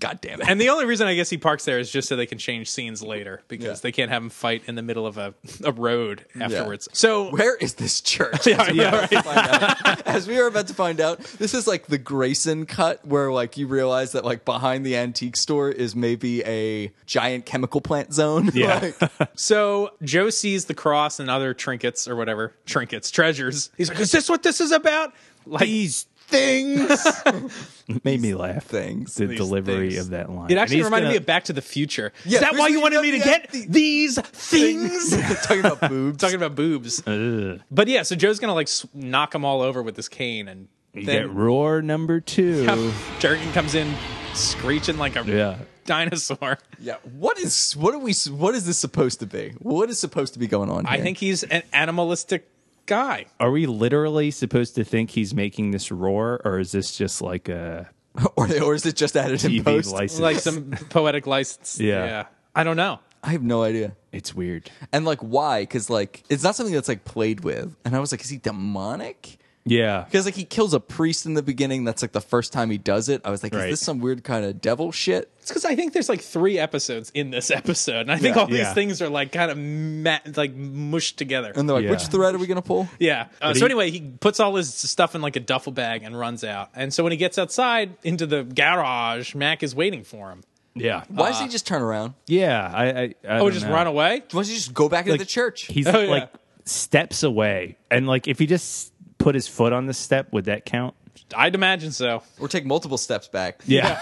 God damn it.
And the only reason I guess he parks there is just so they can change scenes later because
Yeah.
they can't have him fight in the middle of a, a road afterwards. So
Where is this church?
yeah, right.
As we were about to find out, this is like the Grayson cut where like you realize that like behind the antique store is maybe a giant chemical plant zone.
Yeah.
like,
So Joe sees the cross and other trinkets or whatever trinkets, treasures. He's like, "Is this what this is about?" Like
These things made me laugh.
things.
The
These
delivery
things.
of that line.
it actually
And he's
reminded me
gonna-
of Back to the Future.
Yeah,
is that why
basically,
you wanted me to
yeah,
get
the-
these things?
talking about boobs.
Talking about boobs. But yeah, so Joe's gonna like s- knock them all over with his cane, and
You
then
get roar number two.
Jerkin comes in screeching like a
yeah.
dinosaur.
yeah. What is what are we what is this supposed to be? What is supposed to be going on
I
here?
think he's an animalistic guy.
Are we literally supposed to think he's making this roar, or is this just like a
or, or is it just added in
TV
post?
license?
Like some poetic license.
Yeah.
I don't know.
I have no idea.
it's weird.
And like why? Because like it's not something that's like played with. And I was like, is he demonic?
Yeah.
Because like he kills a priest in the beginning. That's like the first time he does it. I was like,
Right.
is this some weird kind of devil shit?
It's because I think there's like three episodes in this episode, and I think
Yeah.
all these
Yeah.
things are like kind of ma- like mushed together.
And they're like,
Yeah.
which thread are we gonna pull?
Yeah. Uh, so
he-
anyway, he puts all his stuff in like a duffel bag and runs out. And so when he gets outside into the garage, Mac is waiting for him.
Yeah. Uh,
Why does he just turn around?
Yeah. I. I, I
Oh,
don't
just
know.
run away.
Why does he just go back into the church?
He's
Oh, yeah.
like steps away, and like if he just put his foot on the step, would that count?
I'd imagine so.
or take multiple steps back?
Yeah.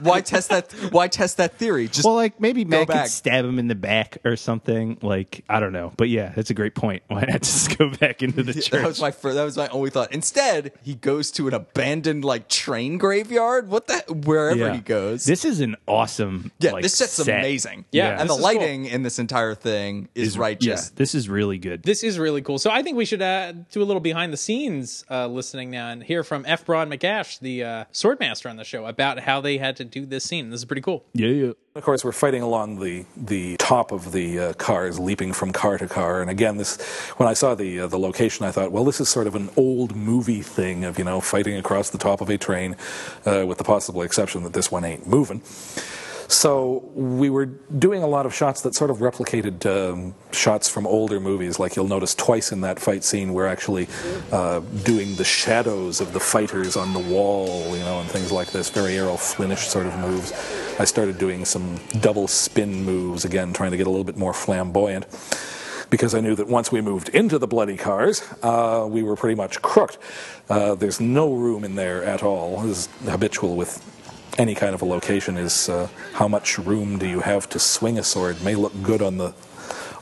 Why test that? Why test that theory? Just
well, like maybe Matt
back.
could stab him in the back or something. Like I don't know, but yeah, that's a great point. Why not just go back into the
that
church?
was my fir- that was my only thought. Instead, he goes to an abandoned like train graveyard. What the wherever
Yeah.
he goes.
This is an awesome.
yeah,
like,
this set's
set.
amazing.
Yeah,
and the
this is cool.
lighting in this entire thing is, righteous.
Yeah, this is really good.
This is really cool. So I think we should uh, do a little behind the scenes uh, listening now and hear from F. Braun McAsh, the uh, swordmaster on the show, about how they had to do this scene. This is pretty cool.
yeah, yeah.
Of course, we're fighting along the the top of the uh, cars, leaping from car to car. And again, this when I saw the uh, the location, I thought, well, this is sort of an old movie thing of you know fighting across the top of a train, uh, with the possible exception that this one ain't moving. So we were doing a lot of shots that sort of replicated um, shots from older movies. Like you'll notice twice in that fight scene, we're actually uh, doing the shadows of the fighters on the wall, you know, and things like this. Very Errol Flynnish sort of moves. I started doing some double spin moves again, trying to get a little bit more flamboyant. Because I knew that once we moved into the bloody cars, uh, we were pretty much crooked. Uh, there's no room in there at all. This is habitual with any kind of a location is uh, how much room do you have to swing a sword may look good on the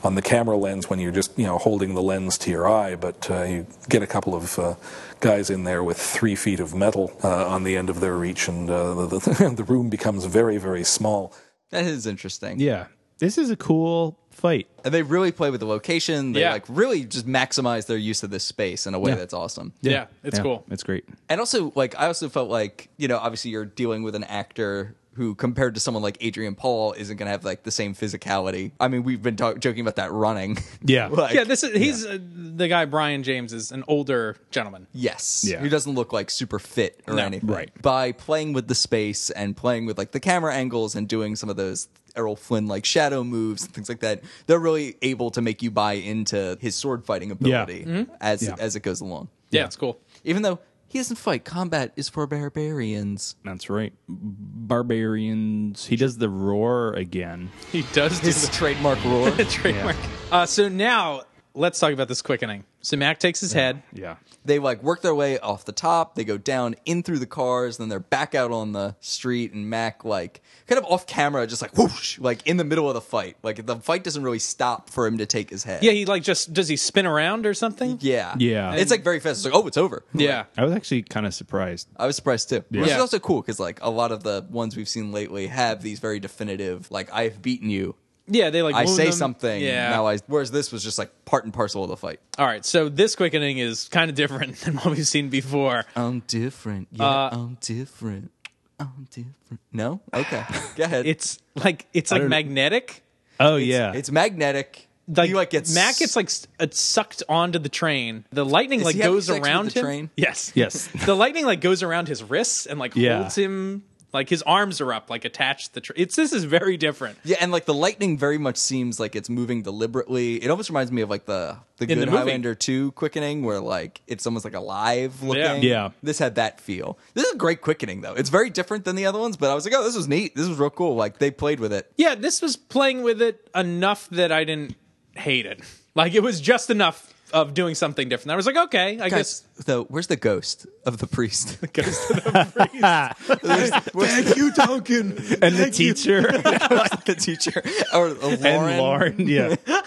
on the camera lens when you're just you know holding the lens to your eye but uh, you get a couple of uh, guys in there with three feet of metal uh, on the end of their reach and uh, the, the, the room becomes very very small
That is interesting.
Yeah, this is a cool fight.
And they really play with the location. They
Yeah.
like really just maximize their use of this space in a way that's awesome.
Yeah, it's
Yeah,
cool.
It's great.
And also, like, I also felt like, you know, obviously you're dealing with an actor who, compared to someone like Adrian Paul, isn't going to have, like, the same physicality. I mean, we've been talk- joking about that running.
Yeah.
Like,
yeah, this is he's uh, the guy. Brian James is an older gentleman.
Yes.
Yeah.
Who doesn't look, like, super fit or
No,
anything.
right.
By playing with the space and playing with, like, the camera angles and doing some of those Errol Flynn, like, shadow moves and things like that, they're really able to make you buy into his sword fighting ability as,
Mm-hmm. Yeah.
as it goes along.
Yeah, it's cool.
Even though he doesn't fight, combat is for barbarians.
That's right. Barbarians. He does the roar again.
He does do
His trademark roar.
the trademark. Uh, so now let's talk about this quickening. So Mac takes his head.
Yeah.
they like work their way off the top they go down in through the cars then they're back out on the street and mac like kind of off camera just like whoosh like in the middle of the fight like the fight doesn't really stop for him to take his head
Yeah, he like just does he spin around or something?
yeah
Yeah.
it's like very fast it's like oh it's over
Yeah.
I was actually kind of surprised.
i was surprised too which
Yeah.
is also cool because like a lot of the ones we've seen lately have these very definitive like i've beaten you
Yeah, they like
i
wound
say
them.
something
Yeah. Uh,
now i whereas this was just like part and parcel of the fight
All right, so this quickening is kind of different than what we've seen before.
i'm different yeah i'm different i'm different no okay go ahead
It's like it's like magnetic.
Oh yeah.
It's magnetic.
Like,
he like gets
Mac gets like s- uh, sucked onto the train. The lightning
Is
like
he having
goes
sex with
around
the
him.
train?
Yes.
Yes.
the lightning like goes around his wrists and like
Yeah.
holds him like his arms are up like attached to the train. It's this is very different.
yeah, and like the lightning very much seems like it's moving deliberately. It almost reminds me of like the the
In
good
the movie.
Highlander two quickening, where like it's almost like alive looking.
Yeah.
This had that feel. This is a great quickening though. It's very different than the other ones, but I was like, oh, this was neat. This was real cool. Like they played with it.
Yeah, this was playing with it enough that I didn't hate it. Like it was just enough of doing something different. I was like, okay, I
Guys,
guess
though, where's the ghost of the priest?
goes to the priest.
Thank you, Duncan.
and the teacher
the teacher or uh, Lauren.
and Lauren. Yeah.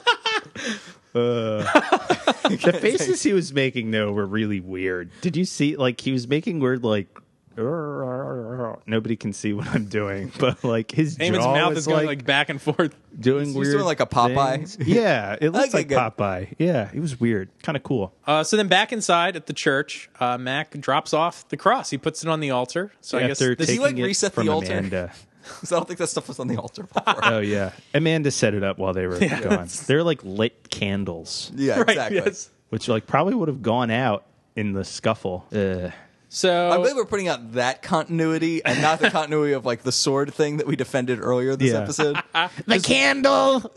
Uh, the faces he was making though were really weird. Did you see? Like he was making weird like. Nobody can see what I'm doing, but like his
Eamon's
jaw
mouth
was
is going
like
like, back and forth.
doing
He's
weird.
doing like a Popeye.
things. Yeah, it looks
Okay,
like
good. Oh,
Popeye. Yeah, it was weird. Kind of cool.
Uh, so then back inside at the church, uh, Mac drops off the cross. He puts it on the altar. So I guess
After
this
he,
taking
like,
it
reset the
from
altar?
Amanda.
So I don't think that stuff was on the altar before.
Oh yeah, Amanda set it up while they were gone. They're like lit candles,
yeah,
right,
exactly.
yes.
which like probably would have gone out in the scuffle. Ugh.
I'm glad
So
we're putting out that continuity and not the continuity of like the sword thing that we defended earlier this
Yeah.
episode.
The candle.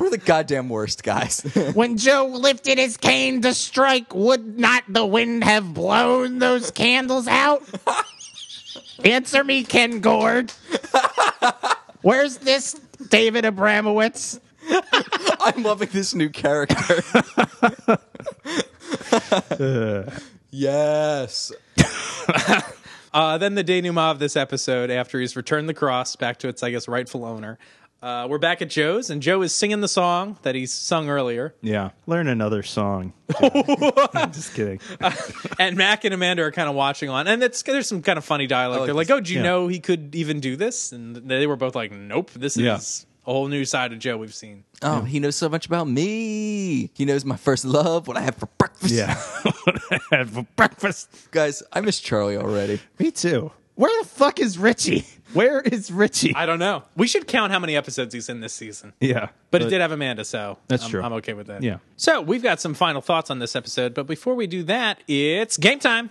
We're the goddamn worst guys.
When Joe lifted his cane to strike, would not the wind have blown those candles out? Answer me, Ken Gord. Where's this David Abramowitz?
I'm loving this new character. yes.
uh, then the denouement of this episode, after he's returned the cross back to its, I guess, rightful owner, uh, we're back at Joe's, and Joe is singing the song that he sung earlier.
Yeah. Learn another song. Just kidding.
and Mac and Amanda are kind of watching on, and it's there's some kind of funny dialogue. They're like, "Oh, do you
Yeah.
know he could even do this?" And they were both like, "Nope, this
Yeah.
is a whole new side of Joe we've seen."
Oh, he knows so much about me. He knows my first love, what I have for breakfast.
Yeah. Had for breakfast.
Guys, I miss Charlie already.
Me too.
Where the fuck is Richie?
Where is Richie?
I don't know. We should count how many episodes he's in this season.
yeah.
But, it did have Amanda, so
That's
I'm,
true.
I'm okay with that.
Yeah.
So we've got some final thoughts on this episode, but before we do that, it's game time.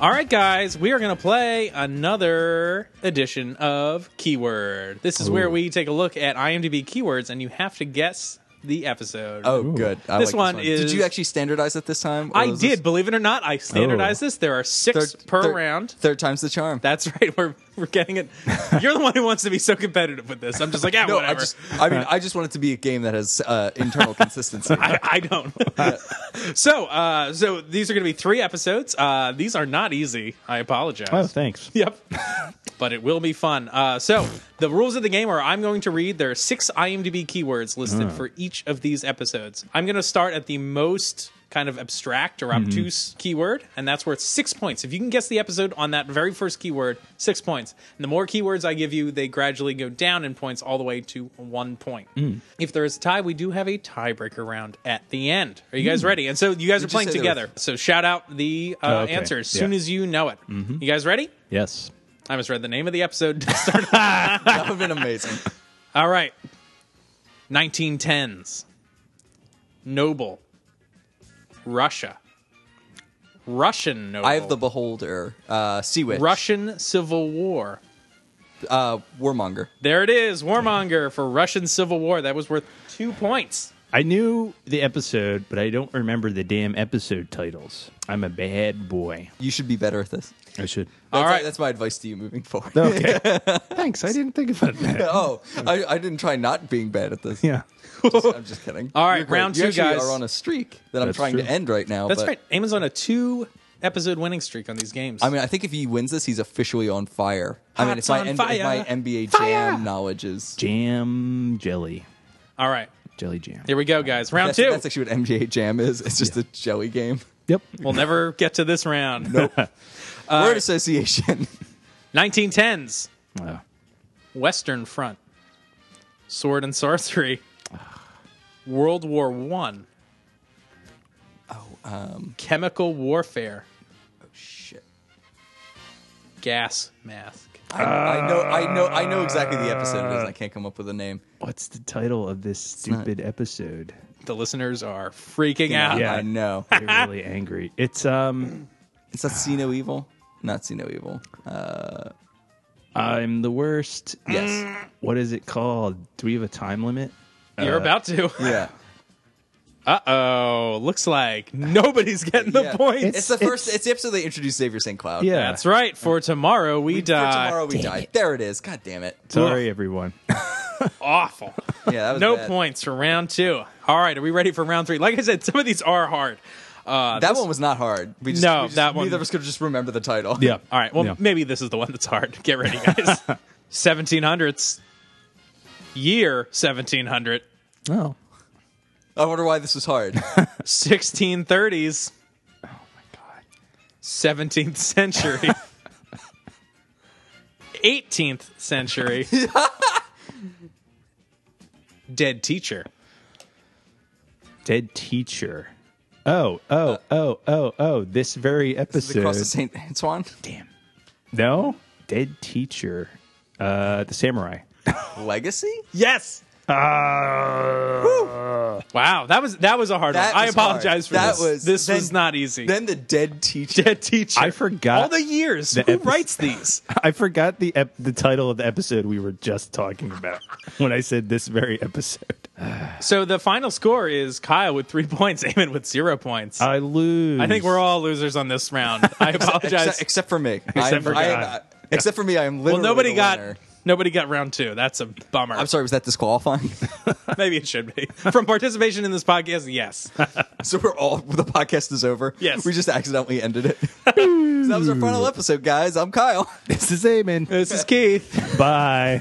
All right, guys, we are going to play another edition of Keyword. This is where we take a look at IMDb keywords, and you have to guess the episode.
Oh, good. I
This
like
one
Did
is-
you actually standardize it this time? or
I
was
did,
this
believe it or not, I standardized
Oh.
this. There are six
third-
per
third-
round.
Third time's the charm.
That's right. We're we're getting it. You're the one who wants to be so competitive with this. I'm just like, yeah,
no,
whatever.
I just. I mean, I just want it to be a game that has uh, internal consistency.
I, I don't. so, uh, so these are going to be three episodes. Uh, these are not easy. I apologize.
Oh, thanks.
Yep. but it will be fun. Uh, so the rules of the game are I'm going to read. There are six IMDb keywords listed
Hmm.
for each of these episodes. I'm going to start at the most kind of abstract
Mm-hmm.
or obtuse keyword, and that's worth six points. If you can guess the episode on that very first keyword, six points. And the more keywords I give you, they gradually go down in points all the way to one point.
Mm.
If there is a tie, we do have a tiebreaker round at the end. Are you
Mm.
guys ready? And so you guys are playing
say there were-
together. So shout out the uh,
okay.
answers as
Yeah. Mm-hmm.
soon as you know it. You guys ready?
Yes.
I misread the name of the episode. Start-
that would have been amazing.
All right. 1910s. Noble. Russia. Russian noble.
I have the beholder, uh, sea witch,
Russian Civil War.
uh, warmonger.
There it is. Warmonger for Russian Civil War. That was worth two points.
I knew the episode, but I don't remember the damn episode titles. I'm a bad boy.
You should be better at this.
I should.
All
That's-
right.
that's my advice to you moving forward.
Okay. thanks. I didn't think about that.
oh, I, I didn't try not being bad at this.
Yeah.
I'm just kidding.
All right,
You're great.
round
you
two,
actually
guys.
Are on a streak that I'm
That's
trying
true.
to end right now.
That's
but,
right. Amon's on a two episode winning streak on these games.
I mean, I think if he wins this, he's officially on fire. I mean,
Hot's
if my,
on
N-
fire.
if my NBA Jam knowledge is
Jam jelly.
All right.
Jelly jam.
Here we go, guys. Round
that's,
two.
that's actually what NBA Jam is. It's just a jelly game.
Yep.
We'll never get to this round.
Word association.
1910s.
Oh.
Western Front, Sword and Sorcery, World War One. Oh, um, chemical warfare,
Shit.
gas mask.
I, I know. I know. I know exactly the episode it is. and I can't come up with a name.
What's the title of this stupid episode?
The listeners are freaking out.
Yeah.
I know.
They're really angry. It's um
It's that See No Evil. Not See No Evil.
I'm the worst.
Mm.
Yes.
What is it called? Do we have a time limit?
You're about to.
Yeah.
Uh oh. Looks like nobody's getting the
Yeah.
points.
It's the first. It's, the episode they introduced Xavier St. Cloud.
Yeah.
That's right. For tomorrow we,
For
die.
tomorrow we die. There it is. God damn it.
Sorry everyone.
Awful.
Yeah, that was
no
bad.
points for round two. All right. Are we ready for round three? Like I said, some of these are hard. Uh,
That one was not hard. We just,
No,
we just-
that one-
Neither of us could just remember the title.
All right. Well,
Yeah.
maybe this is the one that's hard. Get ready, guys. 1700s. Year 1700.
Oh.
I wonder why this was hard.
1630s. Oh, my God. 17th century. 18th century. Dead teacher.
Dead teacher. Oh, oh, oh, oh, oh. This very
Is it across
episode.
the Saint Antoine.
no? Dead teacher. Uh the samurai.
Legacy?
Yes. Uh, Wow, that was that was a hard
That
one. I
was hard.
apologize for
That
this.
was-
this
then-
was not easy.
Then the dead teacher.
Dead teacher.
I forgot-
all the years.
Uh, the
Who
epi-
writes these?
I forgot the ep- the title of the episode we were just talking about when I said this very episode.
So the final score is Kyle with three points, Eamon with zero points.
I lose.
I think we're all losers on this round. I apologize.
Except, except for me. I am-
for
I am-
God.
I- except for me, I am literally
well, nobody
the
got
winner.
nobody got round two. That's a bummer.
I'm sorry, was that disqualifying?
Maybe it should be from participation in this podcast. Yes,
so we're all the podcast is over.
Yes.
we just accidentally ended it. so that was our final episode, guys. I'm Kyle.
This is Eamon.
this is Keith.
Bye.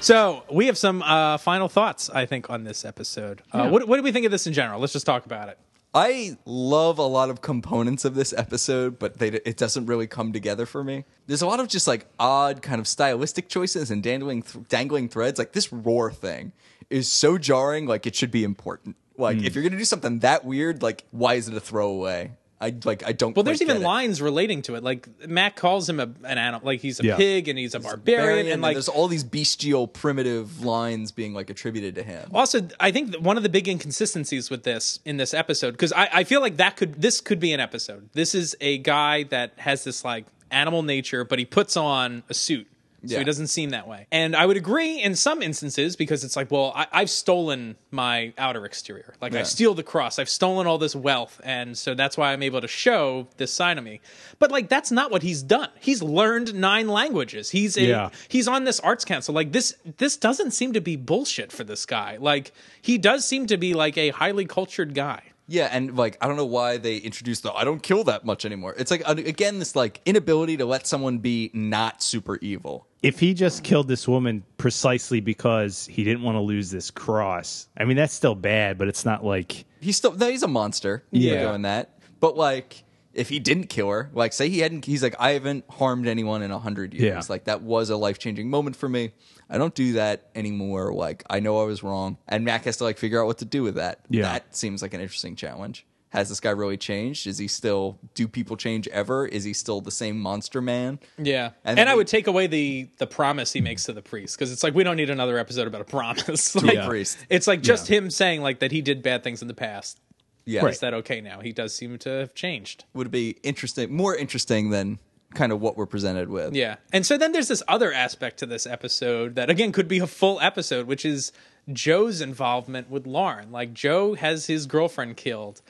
So we have some uh, final thoughts, I think, on this episode. Uh, what, what do we think of this in general? Let's just talk about it.
I love a lot of components of this episode, but they, it doesn't really come together for me. There's a lot of just like odd kind of stylistic choices and dangling th- dangling threads. Like this roar thing is so jarring. Like it should be important. Like
Mm.
if you're gonna do something that weird, like why is it a throwaway? I like I don't.
Well, there's even
lines.
lines relating to it. Like Matt calls him a, an animal, like he's a
Yeah.
pig and he's a barbarian,
Barian,
and like
there's all these bestial primitive lines being like attributed to him.
also i think that one of the big inconsistencies with this in this episode because I, I feel like that could this could be an episode this is a guy that has this like animal nature but he puts on a suit so
Yeah.
he doesn't seem that way and i would agree in some instances because it's like well I, i've stolen my outer exterior like i
Yeah.
steal the cross i've stolen all this wealth and so that's why i'm able to show this side of me but like that's not what he's done he's learned nine languages he's a
Yeah.
he's on this arts council like this this doesn't seem to be bullshit for this guy like he does seem to be like a highly cultured guy
Yeah, and like I don't know why they introduced the I don't kill that much anymore. It's like uh, again this like inability to let someone be not super evil.
If he just killed this woman precisely because he didn't want to lose this cross, I mean that's still bad, but it's not like
He's still no, he's a monster. Yeah,
Yeah.
doing that. But like if he didn't kill her, like say he hadn't, he's like I haven't harmed anyone in a hundred years.
Yeah.
Like that was a life changing moment for me. I don't do that anymore. Like I know I was wrong, and Mac has to like figure out what to do with that.
Yeah.
that seems like an interesting challenge. Has this guy really changed? Is he still? Do people change ever? Is he still the same monster man?
yeah and,
And then
i
we-
would take away the the promise he makes to the priest because it's like we don't need another episode about a promise like,
Yeah. priest.
it's like just him saying like that he did bad things in the past
Yeah,
is that okay now he does seem to have changed
would be interesting, more interesting than kind of what we're presented with.
Yeah. And so then there's this other aspect to this episode that, again, could be a full episode, which is Joe's involvement with Lauren. Like, Joe has his girlfriend killed.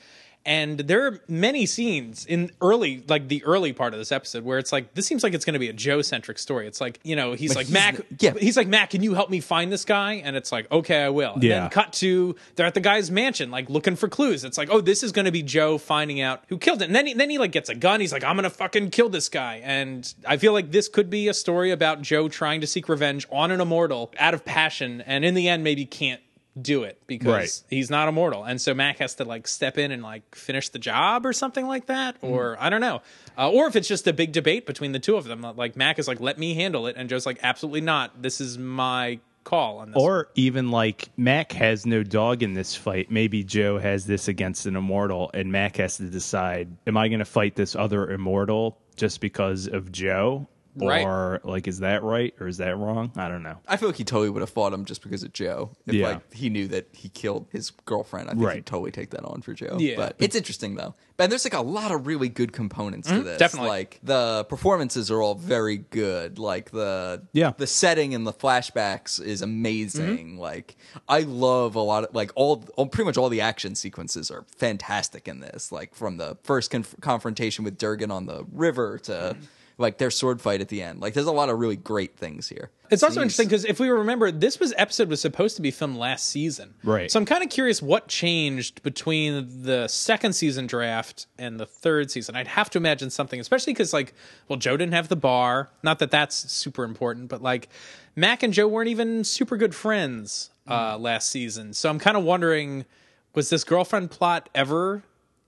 And there are many scenes in early, like the early part of this episode, where it's like this seems like it's going to be a Joe centric story. It's like you know he's like
he's
Mac,
the- yeah.
he's like Mac, can you help me find this guy? And it's like okay, I will. And
Yeah.
Then cut to they're at the guy's mansion, like looking for clues. It's like oh, this is going to be Joe finding out who killed it. And then he, then he like gets a gun. He's like I'm going to fucking kill this guy. And I feel like this could be a story about Joe trying to seek revenge on an immortal out of passion, and in the end maybe can't do it because
Right.
he's not immortal and so mac has to like step in and like finish the job or something like that or i don't know uh, or if it's just a big debate between the two of them like mac is like let me handle it and joe's like absolutely not this is my call on this
or even like Mac has no dog in this fight. Maybe Joe has this against an immortal, and Mac has to decide: Am I going to fight this other immortal just because of Joe,
Right.
or like is that right or is that wrong? I don't know.
I feel like he totally would have fought him just because of Joe. If
Yeah.
like he knew that he killed his girlfriend, I think
Right.
he'd totally take that on for Joe.
Yeah.
But it's interesting though. And there's like a lot of really good components to this.
Mm-hmm. definitely.
Like the performances are all very good. Like the
Yeah.
the setting and the flashbacks is amazing.
Mm-hmm.
Like I love a lot of like all, all pretty much all the action sequences are fantastic in this. Like from the first conf- confrontation with Durgan on the river to like their sword fight at the end. Like there's a lot of really great things here.
It's also
Jeez.
interesting because if we remember, this was episode was supposed to be filmed last season,
Right.
So I'm kind of curious what changed between the second season draft and the third season. I'd have to imagine something, especially because like, well, Joe didn't have the bar. Not that that's super important, but like, Mac and Joe weren't even super good friends uh, last season. So I'm kind of wondering, was this girlfriend plot ever?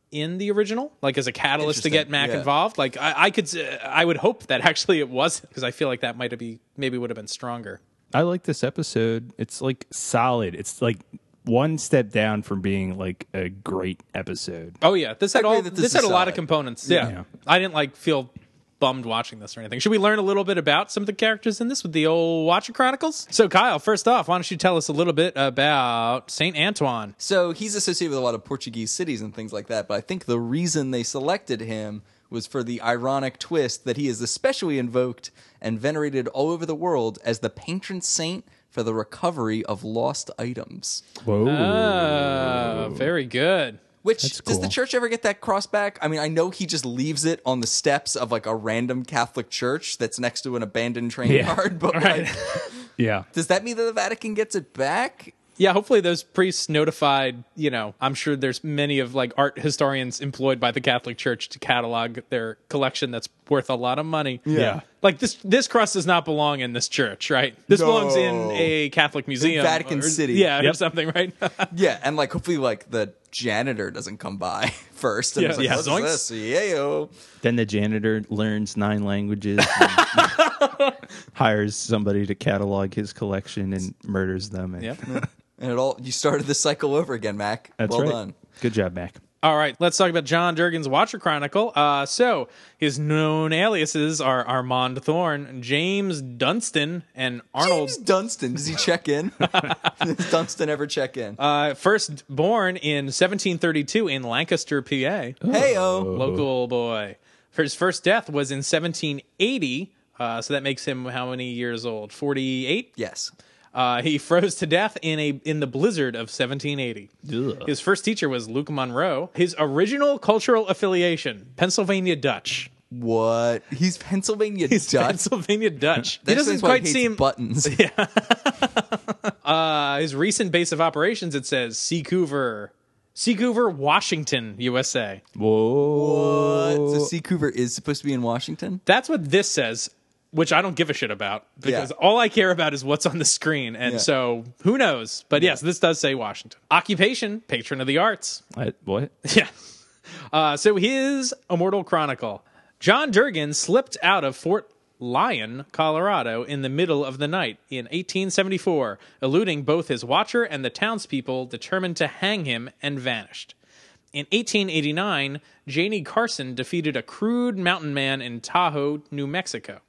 In the original, like as a catalyst to
Interesting,
get Mac
yeah.
involved involved. Like I, I could, s- I would hope that actually it wasn't because I feel like that might have be maybe would have been stronger.
I like this episode. It's like solid. It's like one step down from being like a great episode.
Oh yeah, this had
agree
all.
that
This,
this
had
is
a lot of
solid.
components. Yeah.
Yeah.
I didn't like feel bummed watching this or anything. Should we learn a little bit about some of the characters in this with the old Watcher Chronicles? So, Kyle, first off, why don't you tell us a little bit about Saint Antoine?
So he's associated with a lot of Portuguese cities and things like that, but I think the reason they selected him was for the ironic twist that he is especially invoked and venerated all over the world as the patron saint for the recovery of lost items.
Whoa.
Uh, very good.
Which does the
cool.
church ever get that cross back? I mean, I know he just leaves it on the steps of like a random Catholic church that's next to an abandoned train
Yeah.
yard, but
Right.
like,
yeah.
does that mean that the Vatican gets it back?
Yeah, hopefully those priests notified, you know, I'm sure there's many of like art historians employed by the Catholic Church to catalog their collection that's worth a lot of money.
Yeah.
Like this this cross does not belong in this church, right? This belongs in
No.
a Catholic museum.
Vatican
or-
City.
Yeah, or
Yep.
something, right?
Yeah, and like hopefully like the janitor doesn't come by first and
Yeah.
yeah, like,
Yeah,
what's
zoinks.
this? Yayo.
Then the janitor learns nine languages, and hires somebody to catalog his collection, and murders them. And
Yep.
And it all you started the cycle over again, Mac.
That's
well
right.
done.
Good job, Mac.
All right, let's talk about John Durgan's Watcher Chronicle. Uh, so his known aliases are Armand Thorne, James Dunstan, and Arnold.
James Dunstan, does he check in? does Dunstan ever check in?
Uh, first born in 1732 in Lancaster,
Oh,
PA.
Heyo.
local boy. For his first death was in 1780. Uh, so that makes him how many years old? 48.
Yes.
Uh, he froze to death in a in the blizzard of 1780. His first teacher was Luke Monroe. His original cultural affiliation: Pennsylvania Dutch.
What? He's Pennsylvania
He's
Dutch.
Pennsylvania Dutch.
That
he doesn't
explains why
quite
hates
seem.
buttons.
uh, his recent base of operations it says Seacouver, Seacouver, Washington, USA.
Whoa.
So Seacouver is supposed to be in Washington?
That's what this says, which I don't give a shit about because
Yeah.
all I care about is what's on the screen. And
Yeah.
so who knows? But yes, this does say Washington. Occupation, patron of the arts.
I- what?
Yeah. Uh, so his Immortal Chronicle John Durgan slipped out of Fort Lyon, Colorado, in the middle of the night in 1874, eluding both his watcher and the townspeople determined to hang him and vanished. In 1889, Janie Carson defeated a crude mountain man in Tahoe, New Mexico.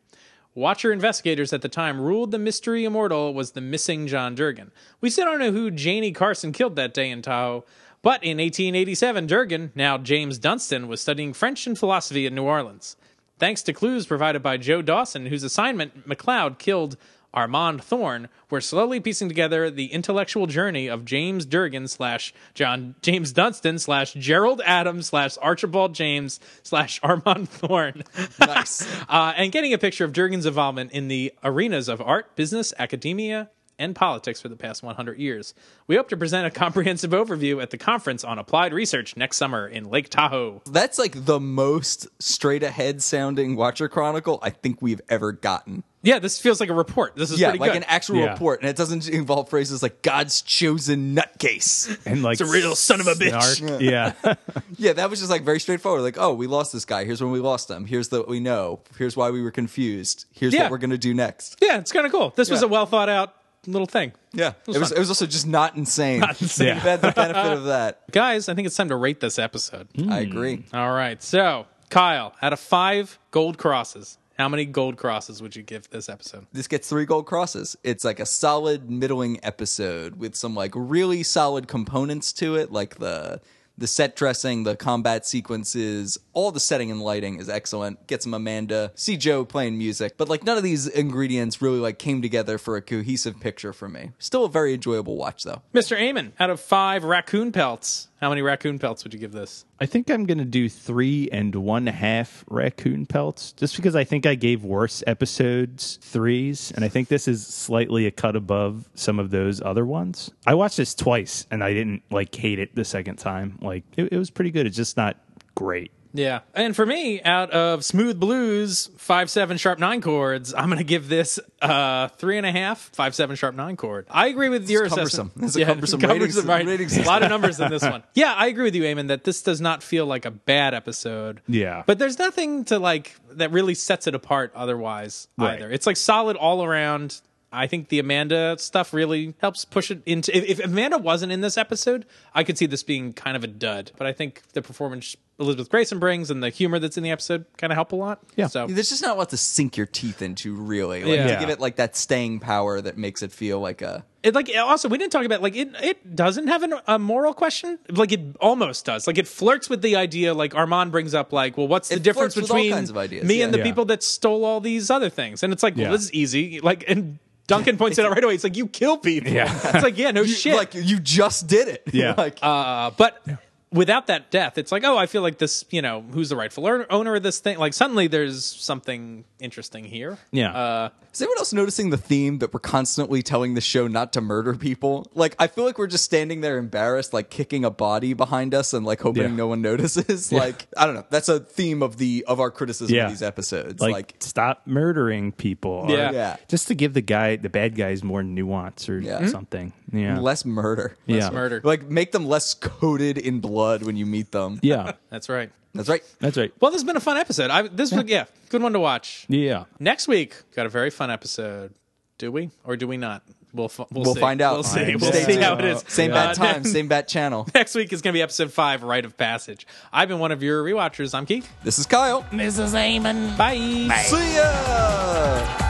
Watcher investigators at the time ruled the mystery immortal was the missing John Durgan. We still don't know who Janie Carson killed that day in Tahoe, but in 1887, Durgan, now James Dunstan, was studying French and philosophy in New Orleans. Thanks to clues provided by Joe Dawson, whose assignment McLeod killed Armand Thorne, we're slowly piecing together the intellectual journey of James Durgan slash John James Dunstan slash Gerald Adams slash Archibald James slash Armand Thorne.
Nice.
Uh, and getting a picture of Durgan's involvement in the arenas of art, business, academia, and politics for the past 100 years. We hope to present a comprehensive overview at the conference on applied research next summer in Lake Tahoe.
That's like the most straight ahead sounding Watcher Chronicle I think we've ever gotten.
Yeah, this feels like a report. This is
Yeah,
pretty
like
good.
an actual
Yeah.
report, and it doesn't involve phrases like God's chosen nutcase.
And like
it's a real son of a bitch.
snark. Yeah.
yeah, that was just like very straightforward. Like, oh, we lost this guy. Here's when we lost him. Here's the we know. Here's why we were confused. Here's
Yeah.
what we're gonna do next.
Yeah, it's kind of cool. This was
Yeah.
a well thought out little thing.
Yeah, it was. It was, also just not insane.
insane.
You had the benefit of that.
Guys, I think it's time to rate this episode.
I agree.
All right. So, Kyle, out of five gold crosses, how many gold crosses would you give this episode?
This gets three gold crosses. It's like a solid middling episode with some like really solid components to it, like the the set dressing, the combat sequences, all the setting and lighting is excellent. Get some Amanda, see Joe playing music, but like none of these ingredients really like came together for a cohesive picture for me. Still a very enjoyable watch though.
Mr. Amon, out of five raccoon pelts, how many raccoon pelts would you give this?
I think I'm gonna do three and one half raccoon pelts, just because I think I gave worse episodes threes, and I think this is slightly a cut above some of those other ones. I watched this twice, and I didn't like hate it the second time. Like it, it was pretty good. It's just not great.
Yeah. And for me, out of Smooth Blues, five seven sharp nine chords, I'm gonna give this uh three and a half, five seven sharp nine chord. I agree with your
cumbersome.
assessment.
It's a cumbersome ratings-
right?
ratings
A lot of numbers in this one. Yeah, I agree with you, Eamon, that this does not feel like a bad episode.
Yeah.
But there's nothing to like that really sets it apart otherwise
Right.
either. It's like solid all around. I think the Amanda stuff really helps push it into. If, if Amanda wasn't in this episode, I could see this being kind of a dud. But I think the performance Elizabeth Grayson brings and the humor that's in the episode kind of help a lot.
Yeah.
So
There's just not a lot to sink your teeth into, really. Like,
Yeah.
To give it like that staying power that makes it feel like a
it like also we didn't talk about like it it doesn't have an, a moral question like it almost does like it flirts with the idea like Armand brings up like well what's the
It
difference
flirts with all
between
kinds of ideas,
me
yeah.
and the
Yeah.
people that stole all these other things and it's like well
Yeah.
this is easy like and Duncan points it out right away it's like you kill people
Yeah.
it's like yeah no
You-
Oh, shit
Like you just did it.
Yeah.
like
uh, but without that death it's like oh I feel like this you know who's the rightful owner- owner of this thing like suddenly there's something interesting here
Yeah.
uh,
Is anyone else noticing the theme that we're constantly telling the show not to murder people? Like, I feel like we're just standing there embarrassed, like kicking a body behind us and like hoping
Yeah.
no one notices. Like, I don't know. That's a theme of the of our criticism of these episodes.
Like,
Like,
stop murdering people. or-
Yeah.
Yeah.
Just to give the guy, the bad guys, more nuance or
Yeah. Mhm.
something. Yeah.
less murder.
yeah.
murder
Like, make them less coated in blood when you meet them.
Yeah.
that's right
That's right.
That's right.
well this has been a fun episode I this was yeah good one to watch
Yeah.
Next week, got a very fun episode. Do we or do we not? We'll f- we'll,
We'll
see.
find out.
We'll see.
Fine.
We'll
Stay
see
tuned.
how it is.
Same
Uh,
bad time, same bad channel.
Next week is going to be episode five, rite of passage. I've been one of your rewatchers. I'm Keith.
This is Kyle.
Mrs. Amon.
Bye.
See ya.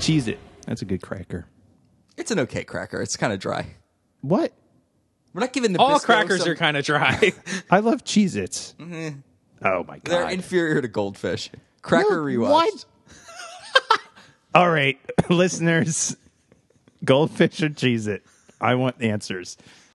Cheese it. That's a good cracker.
It's an okay cracker. It's kind of dry.
What?
We're not giving the
All
Bisco
crackers
some-
are kind of dry.
I love Cheez Its. Oh my
They're
god.
inferior to goldfish. Cracker rewatched.
what?
All right, listeners. Goldfish or Cheez It? I want answers.